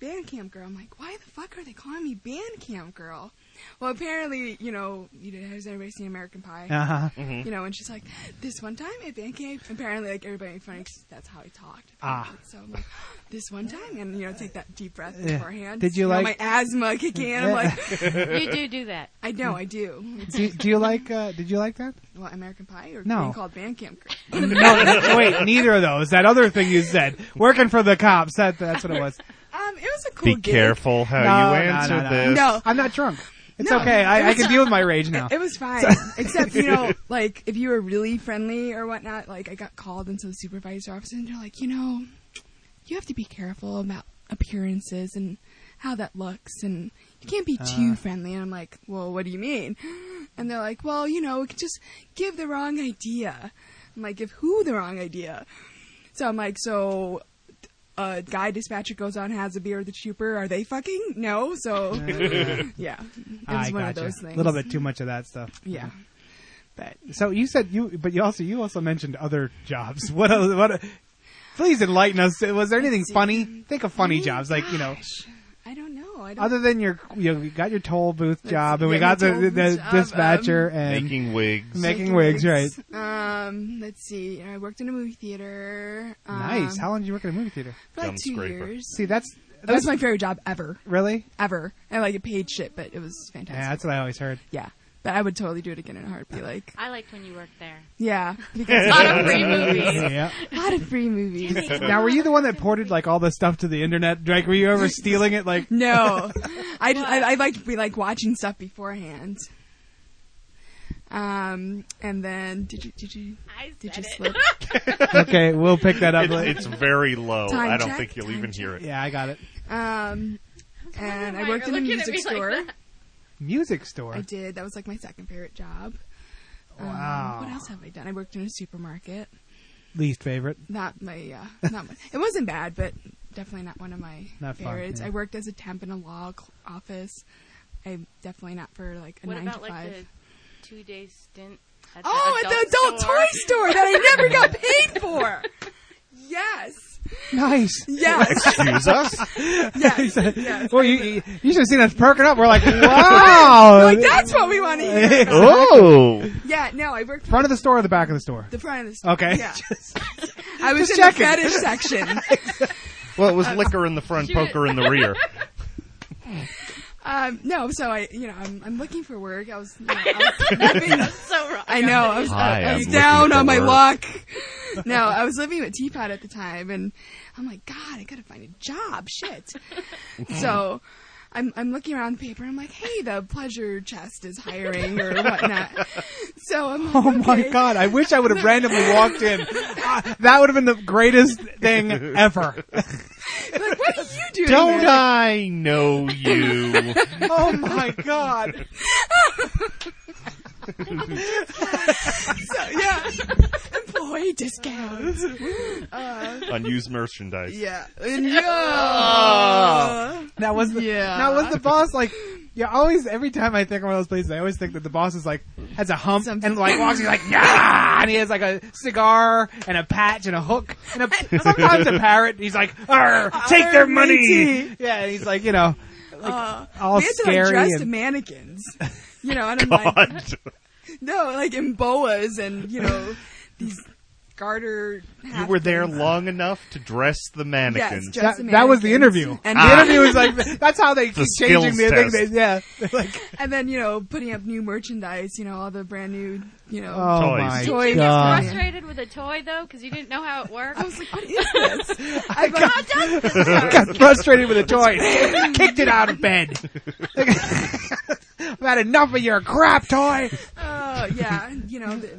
Speaker 10: band camp girl. I'm like, why the fuck are they calling me band camp girl? Well, apparently, you know, you know, has everybody seen American Pie?
Speaker 8: Uh-huh. Mhm.
Speaker 10: You know, and she's like, this one time at band camp. Apparently, like everybody in front of that's how I talked.
Speaker 8: Ah.
Speaker 10: apparently. So I'm like, this one time, and you know, take that deep breath
Speaker 8: Yeah.
Speaker 10: beforehand.
Speaker 8: Did you
Speaker 10: know,
Speaker 8: like-
Speaker 10: my asthma kicking in? I'm like,
Speaker 8: You do
Speaker 11: do that.
Speaker 10: I know, I do. It's,
Speaker 8: do, do you like? Uh, did you like that?
Speaker 10: well, American Pie or
Speaker 8: No.
Speaker 10: being called band camp girl.
Speaker 8: no, no, wait, neither of those. That other thing you said, working for the cops. That that's what it was.
Speaker 10: Um, it was a cool.
Speaker 9: Be
Speaker 10: gig.
Speaker 9: careful how
Speaker 8: No,
Speaker 9: you
Speaker 8: no,
Speaker 9: answer
Speaker 8: no, no.
Speaker 9: this.
Speaker 10: No.
Speaker 8: I'm not drunk. It's
Speaker 10: No,
Speaker 8: okay. I,
Speaker 10: it
Speaker 8: I
Speaker 10: was-
Speaker 8: can deal with my rage now.
Speaker 10: It was fine, except you know, like if you were really friendly or whatnot. Like I got called into the supervisor's office, and they're like, you know, you have to be careful about appearances and how that looks, and you can't be too
Speaker 12: Uh.
Speaker 10: friendly. And I'm like, well, what do you mean? And they're like, well, you know, we could just give the wrong idea. I'm like, give who the wrong idea? So I'm like, so a guy dispatcher goes on has a beer with the trooper. Are they fucking? No. So yeah, it was
Speaker 8: I
Speaker 10: one of
Speaker 8: gotcha.
Speaker 10: those things.
Speaker 8: A little bit too much of that stuff.
Speaker 10: Yeah. But
Speaker 8: So you said you, but you also you also mentioned other jobs. What other, what? other- Please enlighten us. Was there anything funny? Think of
Speaker 10: Mm,
Speaker 8: funny jobs, like you know,
Speaker 10: I don't know. I don't
Speaker 8: other than your you know, you got your toll booth job, and we
Speaker 10: yeah,
Speaker 8: got the,
Speaker 10: my
Speaker 8: the,
Speaker 10: toll booth job,
Speaker 8: dispatcher
Speaker 10: um,
Speaker 8: and
Speaker 9: Making wigs.
Speaker 8: making wigs, right?
Speaker 10: Um, let's see. I worked in a movie theater. Um,
Speaker 8: Nice. How long did you work at a movie theater?
Speaker 10: For like two years.
Speaker 8: See, that's
Speaker 10: that was my favorite job ever.
Speaker 8: Really?
Speaker 10: Ever. And like it paid shit, but it was fantastic.
Speaker 8: Yeah, that's what I always heard.
Speaker 10: Yeah. But I would totally do it again in a heartbeat. Like,
Speaker 11: I liked when you worked there.
Speaker 10: yeah,
Speaker 11: A lot of free movies.
Speaker 8: Yeah.
Speaker 10: A lot of free movies.
Speaker 8: Now, were you the one that ported like all the stuff to the internet? Like, were you ever stealing it? Like,
Speaker 10: No, I just I, I liked to be like watching stuff beforehand. Um, and then did you did you did you slip?
Speaker 8: okay, we'll pick that up.
Speaker 9: It's-
Speaker 8: later.
Speaker 9: it's very low.
Speaker 10: Time
Speaker 9: I don't
Speaker 10: check,
Speaker 9: think you'll even hear it.
Speaker 8: Yeah, I got it.
Speaker 10: Um, and I worked in a
Speaker 11: looking at
Speaker 10: music
Speaker 11: me like
Speaker 10: store.
Speaker 11: that.
Speaker 8: Music store.
Speaker 10: I did. That was like my second favorite job. Um,
Speaker 8: Wow.
Speaker 10: what else have I done? I worked in a supermarket.
Speaker 8: Least favorite.
Speaker 10: Not my, uh, not my. It wasn't bad, but definitely not one of my
Speaker 8: Not fun,
Speaker 10: favorites.
Speaker 8: yeah.
Speaker 10: I worked as a temp in a law cl- office. I definitely not for like a
Speaker 11: What
Speaker 10: nine
Speaker 11: about
Speaker 10: to five.
Speaker 11: like the two day stint? At
Speaker 10: oh,
Speaker 11: the
Speaker 10: at
Speaker 11: adult
Speaker 10: the adult
Speaker 11: store?
Speaker 10: toy store that I never got paid for. Yes.
Speaker 8: Nice.
Speaker 10: Yes.
Speaker 9: Excuse us?
Speaker 8: Yes. well, you, you should have seen us perking up. We're like, wow.
Speaker 10: like that's what we want to hear.
Speaker 8: oh.
Speaker 10: Yeah. No, I worked for
Speaker 8: Front of the store or the back of the store?
Speaker 10: the front of the store.
Speaker 8: Okay.
Speaker 10: Yeah. I was
Speaker 8: just
Speaker 10: in
Speaker 8: checking.
Speaker 10: the fetish section.
Speaker 9: Well, it was
Speaker 10: Um,
Speaker 9: liquor in the front,
Speaker 10: shoot.
Speaker 9: poker in the rear.
Speaker 10: Um, no, so I, you know, I'm, I'm looking for work. I was, you know, I was living,
Speaker 11: so wrong.
Speaker 10: I know, I was,
Speaker 9: Hi,
Speaker 10: I, I
Speaker 9: I'm
Speaker 10: was
Speaker 9: looking
Speaker 10: down
Speaker 9: for
Speaker 10: on my
Speaker 9: work.
Speaker 10: luck. No, I was living with Teapot at the time, and I'm like, God, I gotta find a job. Shit. so, I'm, I'm looking around the paper. I'm like, Hey, the pleasure chest is hiring or whatnot. So I'm like,
Speaker 8: Oh my
Speaker 10: okay.
Speaker 8: god! I wish I would have randomly walked in. Ah, that would have been the greatest thing ever.
Speaker 10: like, what are you doing?
Speaker 9: Don't
Speaker 10: there?
Speaker 9: I know you?
Speaker 8: oh my god!
Speaker 10: so, yeah. Employee discounts. Uh,
Speaker 9: Unused merchandise.
Speaker 10: yeah.
Speaker 9: Oh.
Speaker 10: And yeah.
Speaker 8: That was the,
Speaker 10: Yeah.
Speaker 8: Now was the boss like? Yeah, always. Every time I think of one of those places, I always think that the boss is like has a hump and like walks. He's like, yeah, and he has like a cigar and a patch and a hook and a, sometimes a parrot. He's like, Arr, take their
Speaker 10: Arr, matey.
Speaker 8: money. Yeah, and he's like, you know,
Speaker 10: uh,
Speaker 8: all
Speaker 10: they had to,
Speaker 8: scary
Speaker 10: Like, dress
Speaker 8: and-
Speaker 10: to mannequins. You know, and I'm like, no, like in boas and you know these garter.
Speaker 9: You were there long enough to dress the mannequins.
Speaker 10: Yes, dress
Speaker 8: That- that was the interview.
Speaker 10: And
Speaker 9: Ah.
Speaker 8: The interview was like- that's how they
Speaker 9: The
Speaker 8: keep changing the
Speaker 9: skills
Speaker 8: thing.
Speaker 9: test.
Speaker 8: They, yeah, they're like,
Speaker 10: and then you know putting up new merchandise. You know all the brand new you know
Speaker 8: Oh Toys. my
Speaker 11: Did you
Speaker 10: toys.
Speaker 11: get
Speaker 8: God.
Speaker 11: frustrated with a toy though because you didn't know how it worked? I was
Speaker 10: like, what is this?
Speaker 11: I got
Speaker 8: got frustrated with a toy, kicked it out of bed. I've had enough of your crap toy.
Speaker 10: Oh yeah, you know, th-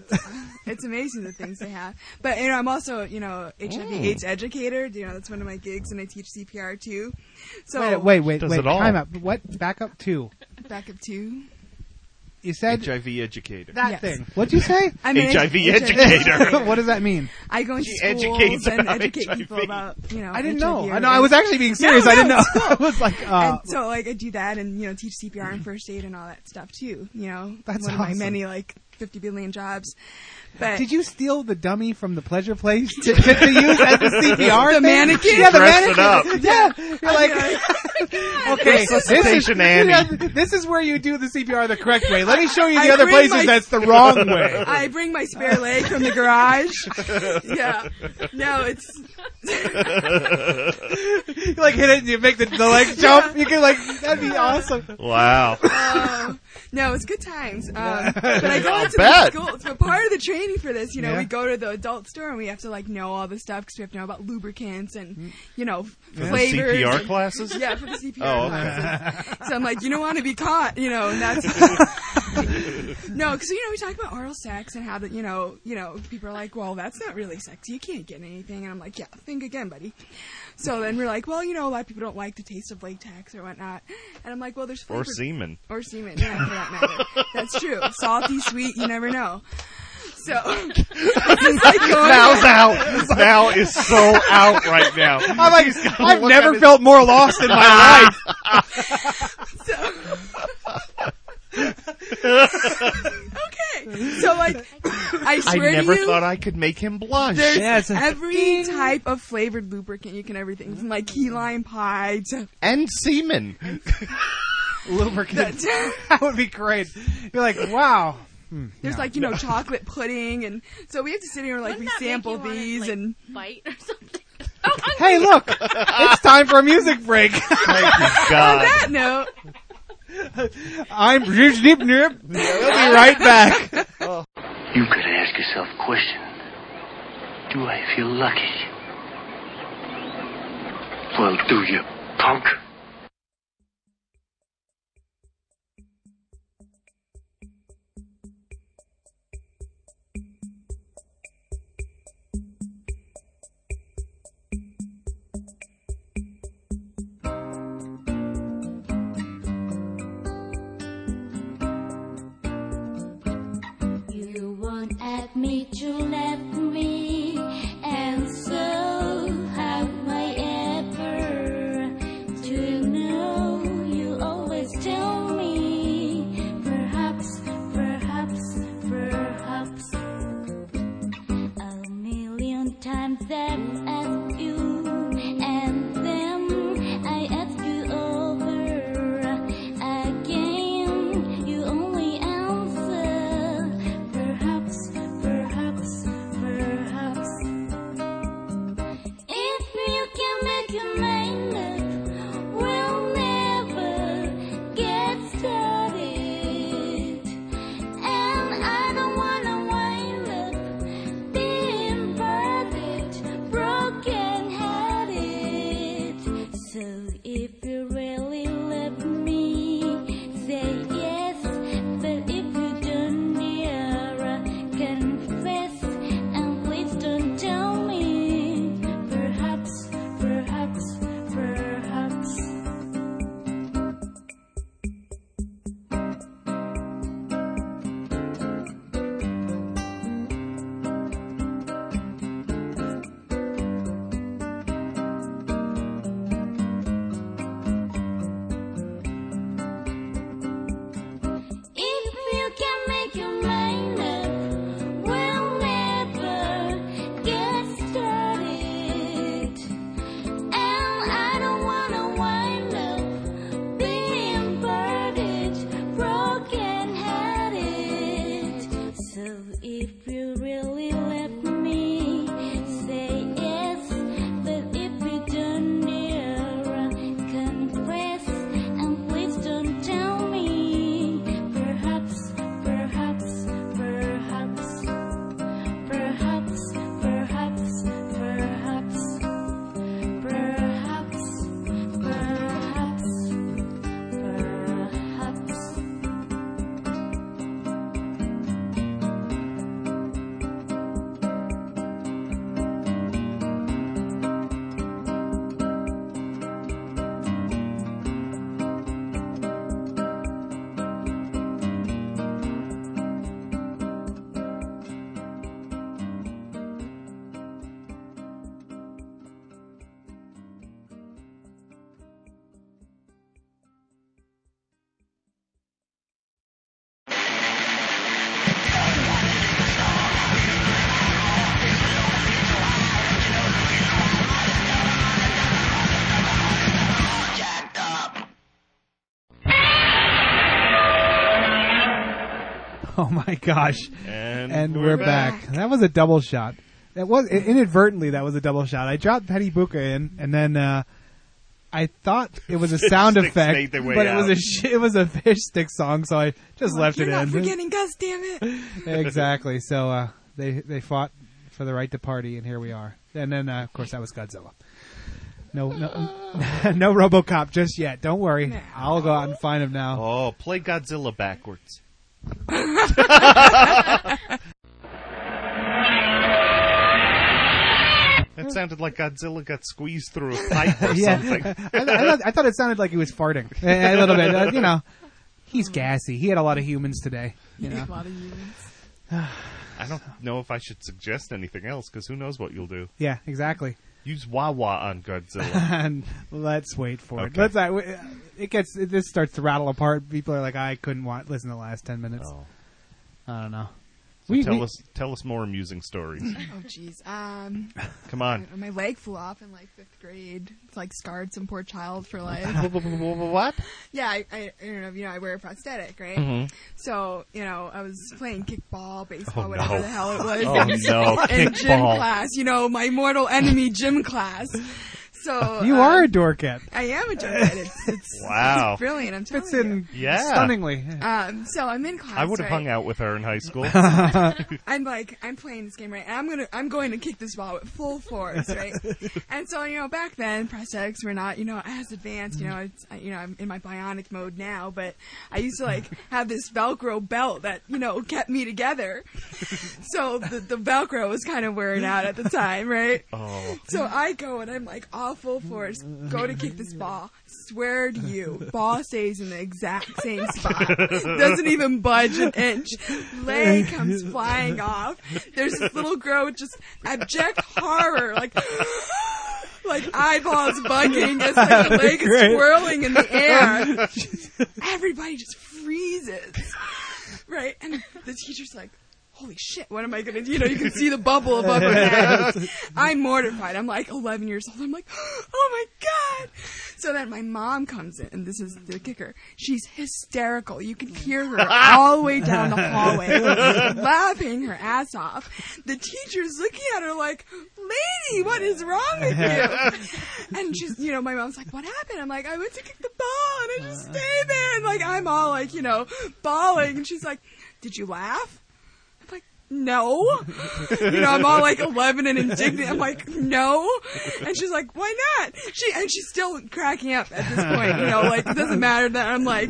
Speaker 10: it's amazing the things they have. But you know, I'm also you know
Speaker 9: Oh.
Speaker 10: HIV/AIDS educator. You know, that's one of my gigs, and I teach CPR too. So
Speaker 8: wait, wait, wait, wait. Time up. What? Back up two.
Speaker 10: Back up two.
Speaker 8: You said
Speaker 9: HIV educator.
Speaker 8: that
Speaker 10: Yes.
Speaker 8: thing. What'd you say?
Speaker 10: I'm an
Speaker 9: HIV educator.
Speaker 8: what does that mean?
Speaker 10: I go into
Speaker 9: She
Speaker 10: schools
Speaker 9: educates
Speaker 10: and
Speaker 9: about
Speaker 10: educate
Speaker 9: HIV.
Speaker 10: people about you know.
Speaker 8: I didn't know.
Speaker 10: HIV
Speaker 8: I know. I was actually being serious.
Speaker 10: No,
Speaker 8: I didn't
Speaker 10: no,
Speaker 8: know.
Speaker 10: it's
Speaker 8: I was like, uh,
Speaker 10: and so like I do that and you know teach CPR and first aid and all that stuff too. You know,
Speaker 8: That's
Speaker 10: one of
Speaker 8: awesome.
Speaker 10: my many like 50 billion jobs. But
Speaker 8: did you steal the dummy from the pleasure place to, to, to use as the CPR?
Speaker 10: The
Speaker 8: thing?
Speaker 10: mannequin?
Speaker 8: Yeah, the
Speaker 9: Dressed it
Speaker 8: mannequin. Yeah, you're like, okay, this is
Speaker 9: Resuscitation Annie.
Speaker 8: yeah, this is where you do the CPR the correct way. Let me show you
Speaker 10: I
Speaker 8: the other
Speaker 10: bring
Speaker 8: places
Speaker 10: my-
Speaker 8: that's the wrong way.
Speaker 10: I bring my spare leg from the garage. yeah. No, it's
Speaker 8: you like hit it and you make the, the leg jump. You can like that'd be awesome.
Speaker 9: Wow.
Speaker 10: Oh, no, it's good times. Um, but I go
Speaker 9: I'll
Speaker 10: into the
Speaker 9: bet.
Speaker 10: schools. But part of the training for this, you know,
Speaker 9: Yeah.
Speaker 10: we go to the adult store and we have to like know all this stuff because we have to know about lubricants
Speaker 8: Mm.
Speaker 10: and you know
Speaker 9: the
Speaker 10: flavors.
Speaker 9: CPR
Speaker 10: and-
Speaker 9: classes?
Speaker 10: Yeah, for the CPR
Speaker 9: Oh, okay.
Speaker 10: classes. So I'm like, you don't want to be caught, you know, and that's no, because you know we talk about oral sex and how that you know, you know, people are like, well, that's not really sex. You can't get anything, and I'm like, yeah, think again, buddy. So then we're like, well, you know, a lot of people don't like the taste of latex or whatnot, and I'm like, well, there's
Speaker 9: Or
Speaker 10: flavored-
Speaker 9: semen.
Speaker 10: or semen, yeah, for that matter. That's true. Salty, sweet, you never know. So
Speaker 9: Now's out. Now is so out right now.
Speaker 8: I'm like,
Speaker 9: He's gonna
Speaker 8: I've
Speaker 9: look at
Speaker 8: never
Speaker 9: his-
Speaker 8: felt more lost in my life.
Speaker 10: okay, so like, I
Speaker 9: I
Speaker 10: swear
Speaker 9: never
Speaker 10: to you,
Speaker 9: thought I could make him blush.
Speaker 10: there's every type of flavored lubricant you can everything from like key lime pie to
Speaker 9: and semen.
Speaker 8: Lubricant. that would be great. You're like, wow. Hmm,
Speaker 10: There's
Speaker 8: no.
Speaker 10: like you know chocolate pudding, and so we have to sit here and like we sample these and
Speaker 11: bite or something.
Speaker 8: Hey, look, it's time for a music break. Uh,
Speaker 10: On that note,
Speaker 8: I'm Nip Nip. We'll be right back.
Speaker 14: You gotta ask yourself a question. Do I feel lucky? Well, do you, punk?
Speaker 15: You won't admit you left me, and so how am I ever to know? You always tell me, perhaps, perhaps, perhaps. A million times that asked you, and then I asked you over again. You only answer. Perhaps, perhaps, perhaps. If you can make your mind up, we'll never get started. And I don't wanna wind up being bothered
Speaker 8: Oh my gosh!
Speaker 9: And
Speaker 8: we're,
Speaker 9: we're
Speaker 8: back. That was a double shot. That was i- inadvertently. That was a double shot. I dropped Teddy Buka in, and then uh, I thought it was a sound
Speaker 9: Sticks
Speaker 8: effect,
Speaker 9: made their way
Speaker 8: but it was a
Speaker 9: out.
Speaker 8: sh- it was a fish stick song, so I just left
Speaker 10: You're
Speaker 8: it
Speaker 10: not
Speaker 8: in.
Speaker 10: forgetting Gus, damn it.
Speaker 8: exactly. So uh, they they fought for the right to party, and here we are. And then, uh, of course, that was Godzilla. No, no, no RoboCop just yet. Don't worry, I'll go out and find him now.
Speaker 9: Oh, play Godzilla backwards. That sounded like Godzilla got squeezed through a pipe or
Speaker 8: yeah,
Speaker 9: something.
Speaker 8: I, I thought, I thought it sounded like he was farting Eh, a little bit. Uh, you know, he's gassy. He had a lot of humans today. You know.
Speaker 9: I don't know if I should suggest anything else because who knows what you'll do.
Speaker 8: Yeah, exactly.
Speaker 9: Use Wawa on Godzilla.
Speaker 8: and let's wait for it.
Speaker 9: Okay.
Speaker 8: Let's. Uh, it gets. This starts to rattle apart. People are like, I couldn't want listen to the last ten minutes.
Speaker 10: Oh.
Speaker 8: I don't know.
Speaker 9: Oh. So
Speaker 8: We-
Speaker 9: tell
Speaker 8: we-
Speaker 9: us tell us more amusing stories.
Speaker 10: Oh, jeez. Um,
Speaker 9: Come on.
Speaker 10: My leg flew off in like fifth grade. It's like scarred some poor child for life.
Speaker 9: what?
Speaker 10: Yeah, I, I, I don't know. You know, I wear a prosthetic, right?
Speaker 9: Mhm.
Speaker 10: So you know, I was playing kickball, baseball,
Speaker 9: Oh,
Speaker 10: whatever
Speaker 9: no.
Speaker 10: the hell it was.
Speaker 9: Oh, no,
Speaker 10: In gym
Speaker 8: kickball.
Speaker 10: class, you know, my mortal enemy, gym class. So
Speaker 8: you
Speaker 10: uh,
Speaker 8: are a dorkette.
Speaker 10: I am a gym cat. It's, it's
Speaker 9: Wow.
Speaker 10: it's brilliant. I'm telling
Speaker 8: Fits in
Speaker 10: you.
Speaker 9: Yeah.
Speaker 8: stunningly.
Speaker 10: Um, so I'm in class.
Speaker 9: I would have
Speaker 10: right?
Speaker 9: hung out with her in high school.
Speaker 10: I'm like, I'm playing this game right, and I'm gonna, I'm going to kick this ball with full force, right? and so, you know, back then prosthetics were not, you know, as advanced. You know, it's, I- you know, I'm in my bionic mode now, but I used to like have this Velcro belt that, you know, kept me together. so the, the Velcro was kind of wearing out at the time, right?
Speaker 9: oh.
Speaker 10: So I go and I'm like all full force, go to kick this ball. Swear to you, ball stays in the exact same spot. Doesn't even budge an inch. Leg comes flying off. There's this little girl with just abject horror, like like eyeballs bugging as like the leg is
Speaker 15: Great.
Speaker 10: swirling in the air. Everybody just freezes. Right? And the teacher's like, Holy shit, what am I gonna do? You know, you can see the bubble above her head. I'm mortified. I'm like 11 years old. I'm like, oh my god! So then my mom comes in, and this is the kicker. She's hysterical. You can hear her all the way down the hallway, laughing her ass off. The teacher's looking at her like, lady, what is wrong with you? And she's, you know, my mom's like, what happened? I'm like, I went to kick the ball, and I just stayed there, and like, I'm all like, you know, bawling, and she's like, did you laugh? no. You know, I'm all like 11 and indignant. I'm like, no. And she's like, why not? She and she's still cracking up at this point. You know, like it doesn't matter that I'm like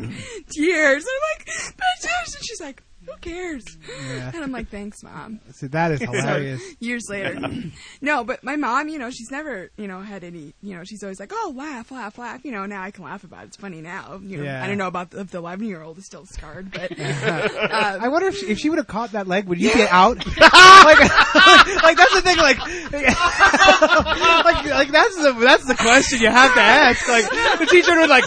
Speaker 10: tears. I'm like, but tears. And she's like, who cares?
Speaker 8: Yeah.
Speaker 10: And I'm like, thanks, mom.
Speaker 8: See, that is
Speaker 10: So,
Speaker 8: hilarious.
Speaker 10: years later, no, but my mom, you know, she's never, you know, had any. You know, she's always like, oh, laugh, laugh, laugh. You know, now I can laugh about it. It's funny now. You know,
Speaker 8: Yeah.
Speaker 10: I don't know about the, if the 11 year old is still scarred, but uh,
Speaker 8: I wonder if she, if she would have caught that leg, would you get out? like, like, that's the thing. Like, like, like that's the that's the question you have to ask. Like, the teacher would like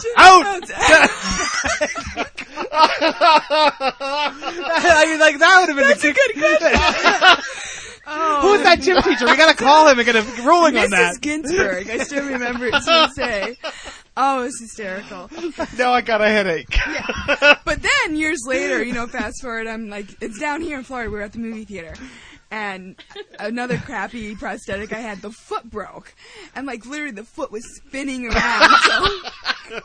Speaker 8: out. I mean, like that would have been a good question. Oh. Who's that gym teacher? We gotta call him and get a ruling on
Speaker 10: Mrs.
Speaker 8: that.
Speaker 10: Ginsburg. I still remember it to this day. Oh, it's hysterical.
Speaker 9: Now I got a headache.
Speaker 10: But then years later, you know, fast forward, I'm like, it's down here in Florida. We were at the movie theater. And another crappy prosthetic I had, the foot broke. And like literally the foot was spinning around. So.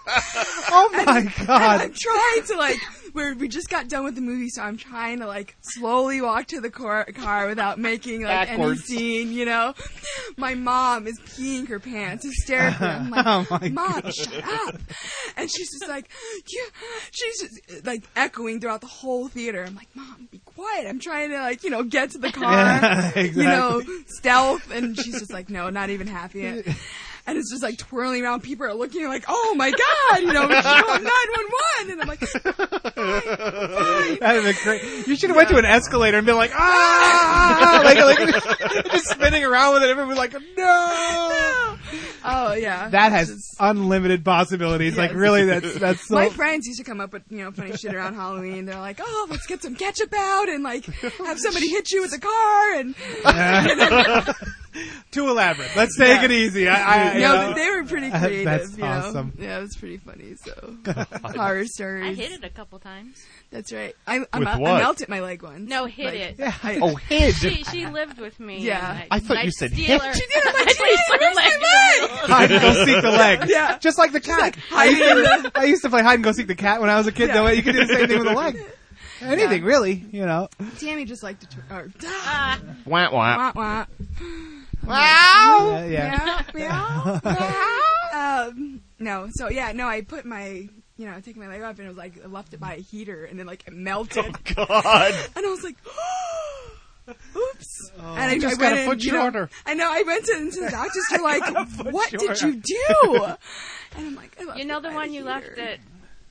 Speaker 8: Oh my God.
Speaker 10: I'm trying to like, we're, we just got done with the movie, so I'm trying to like slowly walk to the car, car without making like
Speaker 8: Backwards.
Speaker 10: any scene, you know? My mom is peeing her pants hysterically. I'm like,
Speaker 8: Oh my
Speaker 10: Mom,
Speaker 8: God.
Speaker 10: shut up. And she's just like, you, she's just, like echoing throughout the whole theater. I'm like, Mom, be quiet. I'm trying to like, you know, get to the car,
Speaker 15: Yeah,
Speaker 10: you know, stealth. And she's just like, no, not even half yet. And it's just like twirling around. People are looking like, oh my God, you know, we should call 911. And I'm like,
Speaker 8: That'd have been great. You should have went to an escalator and been like, ah, like, like just spinning around with it. Everyone was like, no.
Speaker 10: oh yeah.
Speaker 8: That has unlimited possibilities. Like, really, that's that's so.
Speaker 10: My friends used to come up with you know funny shit around Halloween. They're like, "Oh, let's get some ketchup out and like have somebody hit you with a car." And
Speaker 8: Yeah. too elaborate. Let's take
Speaker 10: Yeah.
Speaker 8: it easy. I, I, you
Speaker 10: no,
Speaker 8: know.
Speaker 10: but they were pretty
Speaker 8: Uh,
Speaker 10: creative.
Speaker 8: That's
Speaker 10: you know?
Speaker 8: awesome.
Speaker 10: Yeah, it was pretty funny. So
Speaker 8: God.
Speaker 10: horror stories.
Speaker 11: I hit it a couple times.
Speaker 10: That's right. I, I,
Speaker 9: With
Speaker 10: mel-
Speaker 9: what?
Speaker 10: I melted my leg once.
Speaker 11: No, hit it.
Speaker 10: I-
Speaker 9: Oh, hid.
Speaker 11: She, she lived with me.
Speaker 10: Yeah.
Speaker 11: and
Speaker 9: I thought you said
Speaker 11: steal
Speaker 9: hit.
Speaker 11: her-
Speaker 10: She did. I'm like,
Speaker 11: I'd steal her leg.
Speaker 8: Hide and go seek the leg.
Speaker 10: Yeah.
Speaker 8: Just like the cat. I, used to, I used to play hide and go seek the cat when I was a kid.
Speaker 10: Yeah.
Speaker 8: Though you could do the same thing with a leg. Anything really, you know.
Speaker 10: Tammy just liked to. Tw- or,
Speaker 9: Wah, wah.
Speaker 10: Wah, wah.
Speaker 8: Wow. Yeah, yeah.
Speaker 10: Meow, meow, meow. Um, no, so yeah, no, I put my, you know, I took my leg off and it was like, I left it by a heater and then like it melted.
Speaker 9: Oh, God.
Speaker 10: And I was like, oops. and I
Speaker 9: you Oh, just
Speaker 10: I
Speaker 9: got
Speaker 10: went
Speaker 9: a
Speaker 10: in,
Speaker 9: foot
Speaker 10: you know,
Speaker 9: shorter.
Speaker 10: I know, I went to, to the doctors for like, what did you do?
Speaker 11: shorter.
Speaker 10: and I'm like, I left
Speaker 11: You know
Speaker 10: it
Speaker 11: the
Speaker 10: by
Speaker 11: one
Speaker 10: the
Speaker 11: you
Speaker 10: heater.
Speaker 11: left at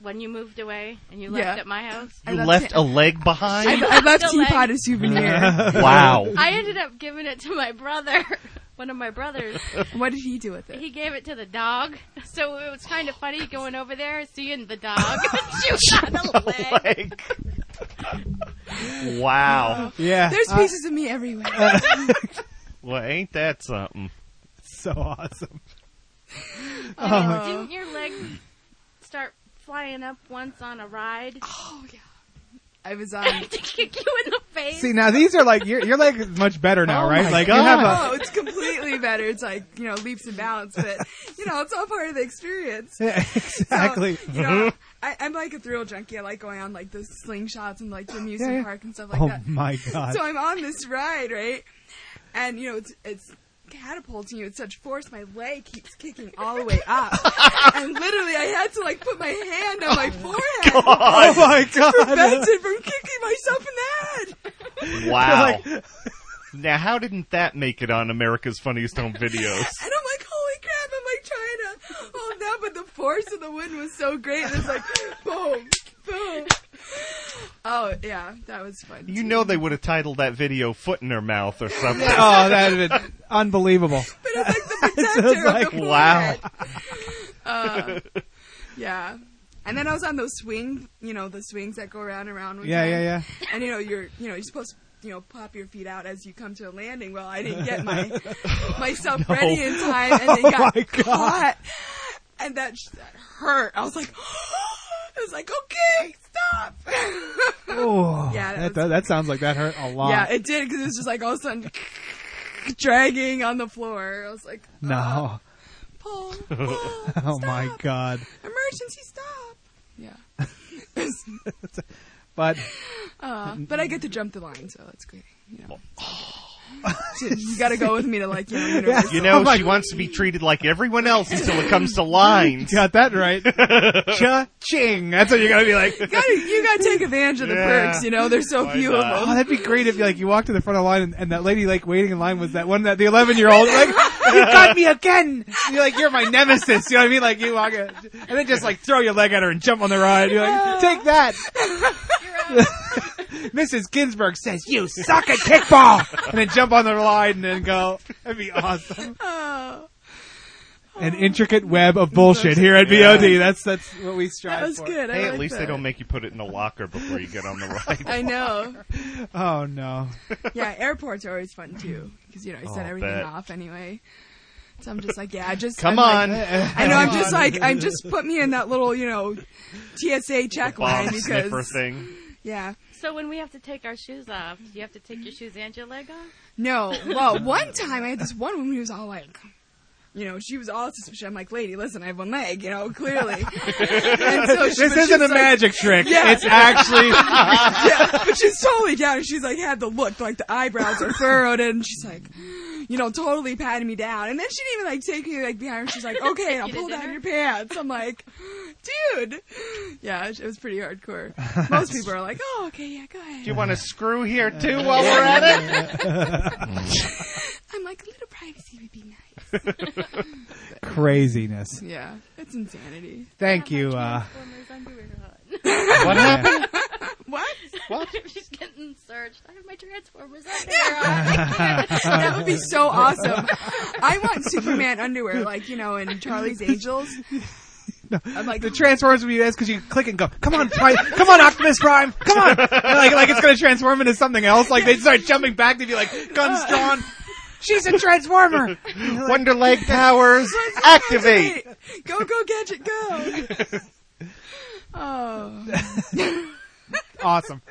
Speaker 11: when you moved away and you
Speaker 10: Yeah.
Speaker 11: left at my house?
Speaker 10: I
Speaker 9: You
Speaker 10: left
Speaker 9: left
Speaker 10: it-
Speaker 9: a leg behind?
Speaker 10: I, I left
Speaker 11: The leg.
Speaker 10: Teapot a souvenir.
Speaker 9: Wow.
Speaker 11: I ended up giving it to my brother, one of my brothers.
Speaker 10: What did he do with it?
Speaker 11: He gave it to the dog, so it was kind of funny going over there seeing the dog shoot on
Speaker 10: Oh
Speaker 11: the leg.
Speaker 9: Leg. wow.
Speaker 8: Yeah.
Speaker 10: There's pieces of me everywhere.
Speaker 9: uh, Well, ain't that something?
Speaker 8: So awesome.
Speaker 11: Didn't- Didn't your leg start flying up once on a ride?
Speaker 10: Oh yeah, I was um, on.
Speaker 11: I kick you in the face.
Speaker 8: See now these are like your your leg is much better now, right?
Speaker 9: my
Speaker 8: like
Speaker 9: God.
Speaker 8: you
Speaker 10: Oh,
Speaker 8: have
Speaker 10: it's completely better. It's like, you know, leaps and bounds, but, you know, it's all part of the experience.
Speaker 8: a yeah, exactly. Mm-hmm.
Speaker 10: You know, I, I'm like a thrill junkie. I like going on like those slingshots and like the amusement
Speaker 8: Yeah, yeah.
Speaker 10: park and stuff like
Speaker 8: oh
Speaker 10: that.
Speaker 8: my god.
Speaker 10: So I'm on this ride, right? And, you know, it's, it's catapulting you with such force. My leg keeps kicking all the way up. and literally, I had to like put my hand on my forehead.
Speaker 8: oh my god.
Speaker 10: Prevented from kicking myself in the head.
Speaker 9: Wow. now, how didn't that make it on America's Funniest Home Videos?
Speaker 10: And I'm like, holy crap! I'm like trying to hold down, but the force of the wind was so great. It was like, boom, boom. Oh yeah, that was fun.
Speaker 9: You
Speaker 10: too.
Speaker 9: know they would have titled that video "Foot in Her Mouth" or something.
Speaker 8: oh, that would have been unbelievable.
Speaker 10: but it's like the
Speaker 8: sounds
Speaker 10: protector
Speaker 8: like,
Speaker 10: of the
Speaker 9: wow.
Speaker 10: forehead. Uh, yeah. And then I was on those swing, you know, the swings that go around and around. one
Speaker 8: Yeah,
Speaker 10: time.
Speaker 8: yeah, yeah.
Speaker 10: And you know, you're, you know, you're supposed. to You know, pop your feet out as you come to a landing. Well, I didn't get my myself ready in time, and then
Speaker 8: Oh
Speaker 10: got
Speaker 8: my God.
Speaker 10: caught, and that, sh- that hurt. I was like, it was like, okay, stop.
Speaker 8: Oh,
Speaker 10: Yeah,
Speaker 8: that,
Speaker 10: that
Speaker 8: that, that sounds like that hurt a lot.
Speaker 10: yeah, it did because it was just like all of a sudden dragging on the floor. I was like, Uh,
Speaker 8: no.
Speaker 10: pull, pull,
Speaker 8: Oh my god.
Speaker 10: emergency stop. Yeah.
Speaker 8: But
Speaker 10: Uh,
Speaker 9: Mm-hmm.
Speaker 10: but I get to jump the line, so that's great. You, know, it's all good. you gotta go with me to like, you know, Universal.
Speaker 9: You know
Speaker 8: Oh my-
Speaker 9: she wants to be treated like everyone else until it comes to lines.
Speaker 8: got that right. Cha-ching. That's what you're gonna be like.
Speaker 10: You gotta, you gotta take advantage of the
Speaker 9: Yeah.
Speaker 10: perks, you know? There's so
Speaker 9: Why
Speaker 10: few
Speaker 9: not?
Speaker 10: of
Speaker 8: Oh,
Speaker 10: them.
Speaker 8: that'd be great if like you walked to the front of the line and, and that lady like waiting in line was that one that the eleven year old like you got me again. And you're like you're my nemesis. You know what I mean? Like you walk in, and then just like throw your leg at her and jump on the ride. You're like take that. Mrs. Ginsburg says you suck at kickball, and then jump on the line and then go. That'd be awesome.
Speaker 10: Oh,
Speaker 8: An intricate web of bullshit here at VOD. That's that's what we strive
Speaker 10: that was
Speaker 8: for.
Speaker 10: good. I
Speaker 9: Hey, at
Speaker 10: like
Speaker 9: least
Speaker 10: that.
Speaker 9: they don't make you put it in a locker before you get on the ride.
Speaker 10: I know.
Speaker 8: Oh no.
Speaker 10: Yeah, airports are always fun too. Because, you know, I set
Speaker 9: Oh,
Speaker 10: everything
Speaker 9: bet.
Speaker 10: off anyway. So I'm just like, yeah, just.
Speaker 9: Come
Speaker 10: I'm
Speaker 9: on.
Speaker 10: like-
Speaker 8: uh,
Speaker 10: I know, I'm just like, I'm just put me in that little, you know, TSA check line
Speaker 9: Bomb sniffer
Speaker 10: because.
Speaker 9: thing.
Speaker 10: Yeah.
Speaker 11: So when we have to take our shoes off, do you have to take your shoes and your leg off?
Speaker 10: No. Well, one time I had this one woman who was all like, you know, she was all suspicious. I'm like, lady, listen, I have one leg, you know, clearly. And so
Speaker 8: This
Speaker 10: she- but she
Speaker 8: isn't a
Speaker 10: was like-
Speaker 8: magic trick.
Speaker 10: Yeah.
Speaker 8: It's actually
Speaker 10: yeah, but she's totally down. And she's like, had the look, like the eyebrows are furrowed, and she's like, you know, totally patting me down. And then she didn't even like take me like behind her. She's like, okay, now
Speaker 11: You did
Speaker 10: pull down
Speaker 11: dinner?
Speaker 10: your pants. I'm like, dude, yeah, it was pretty hardcore. Most people are like, oh, okay, yeah, go
Speaker 9: Do
Speaker 10: ahead.
Speaker 9: you want to screw here too while we're at it?
Speaker 10: I'm like, a little privacy would be nice.
Speaker 8: craziness.
Speaker 10: Yeah, it's insanity.
Speaker 8: Thank you. Uh,
Speaker 11: Transformers underwear on.
Speaker 9: What happened?
Speaker 10: What?
Speaker 11: She's getting searched. I have my Transformers underwear on.
Speaker 10: that would be so awesome. I want Superman underwear, like you know, in Charlie's Angels. I'm like,
Speaker 8: the Transformers would be best because you click and go, come on, Prime, come on, Optimus Prime, come on! And like, like it's gonna transform into something else. Like they start jumping back, they'd be like, guns drawn. She's a transformer.
Speaker 9: Wonderleg powers activate.
Speaker 10: Go, go, gadget, go. oh.
Speaker 8: awesome.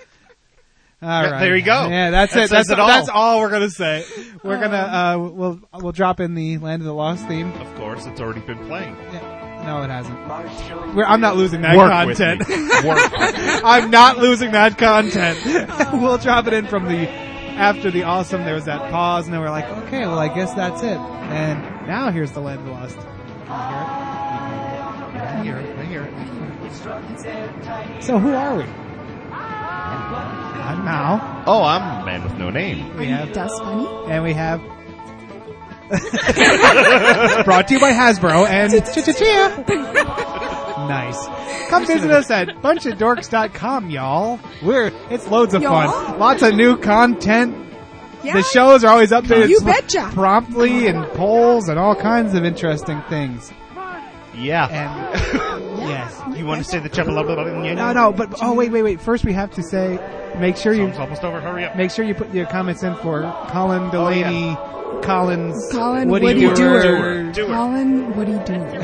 Speaker 8: All
Speaker 9: Yeah,
Speaker 8: right.
Speaker 9: there you go.
Speaker 8: Yeah, that's
Speaker 9: That
Speaker 8: it. That's
Speaker 9: says it all. Um,
Speaker 8: That's all we're gonna say. We're gonna uh, we'll we'll drop in the Land of the Lost theme.
Speaker 9: Of course, it's already been playing.
Speaker 8: No, it hasn't. We're, I'm not losing that
Speaker 9: Work with
Speaker 8: content.
Speaker 9: me. Work
Speaker 8: I'm not losing that content. we'll drop it in from the after the awesome. There was that pause, and then we're like, okay, well, I guess that's it. And now here's the Land of the Lost. Can you hear it? Can you hear it? Can you hear it? So who are we? I'm Mao.
Speaker 9: Oh, I'm a man with no name.
Speaker 8: We have
Speaker 10: Dust Bunny,
Speaker 8: and we have. Brought to you by Hasbro and nice. Come visit us at bunchofdorks.com, y'all. We're it's loads of
Speaker 10: Y'all?
Speaker 8: fun. Lots of new content.
Speaker 10: Yeah.
Speaker 8: The shows are always updated
Speaker 10: You
Speaker 8: sl-
Speaker 10: betcha.
Speaker 8: promptly and polls and all kinds of interesting things.
Speaker 9: Yeah.
Speaker 8: yes.
Speaker 9: You want to say the chubba lubba lubba lubba?
Speaker 8: No, no, but oh wait, wait, wait. First we have to say make sure you
Speaker 9: Song's almost over. Hurry up.
Speaker 8: Make sure you put your comments in for Colin Delaney, Collins,
Speaker 10: Colin
Speaker 8: Woody,
Speaker 10: Woody
Speaker 8: Doer.
Speaker 10: Doer. Colin Woody Doer.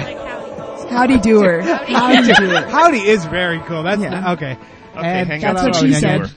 Speaker 10: Howdy Doer. Howdy Doer.
Speaker 8: Howdy is very cool. That's okay.
Speaker 10: Okay, hang on. That's what she said.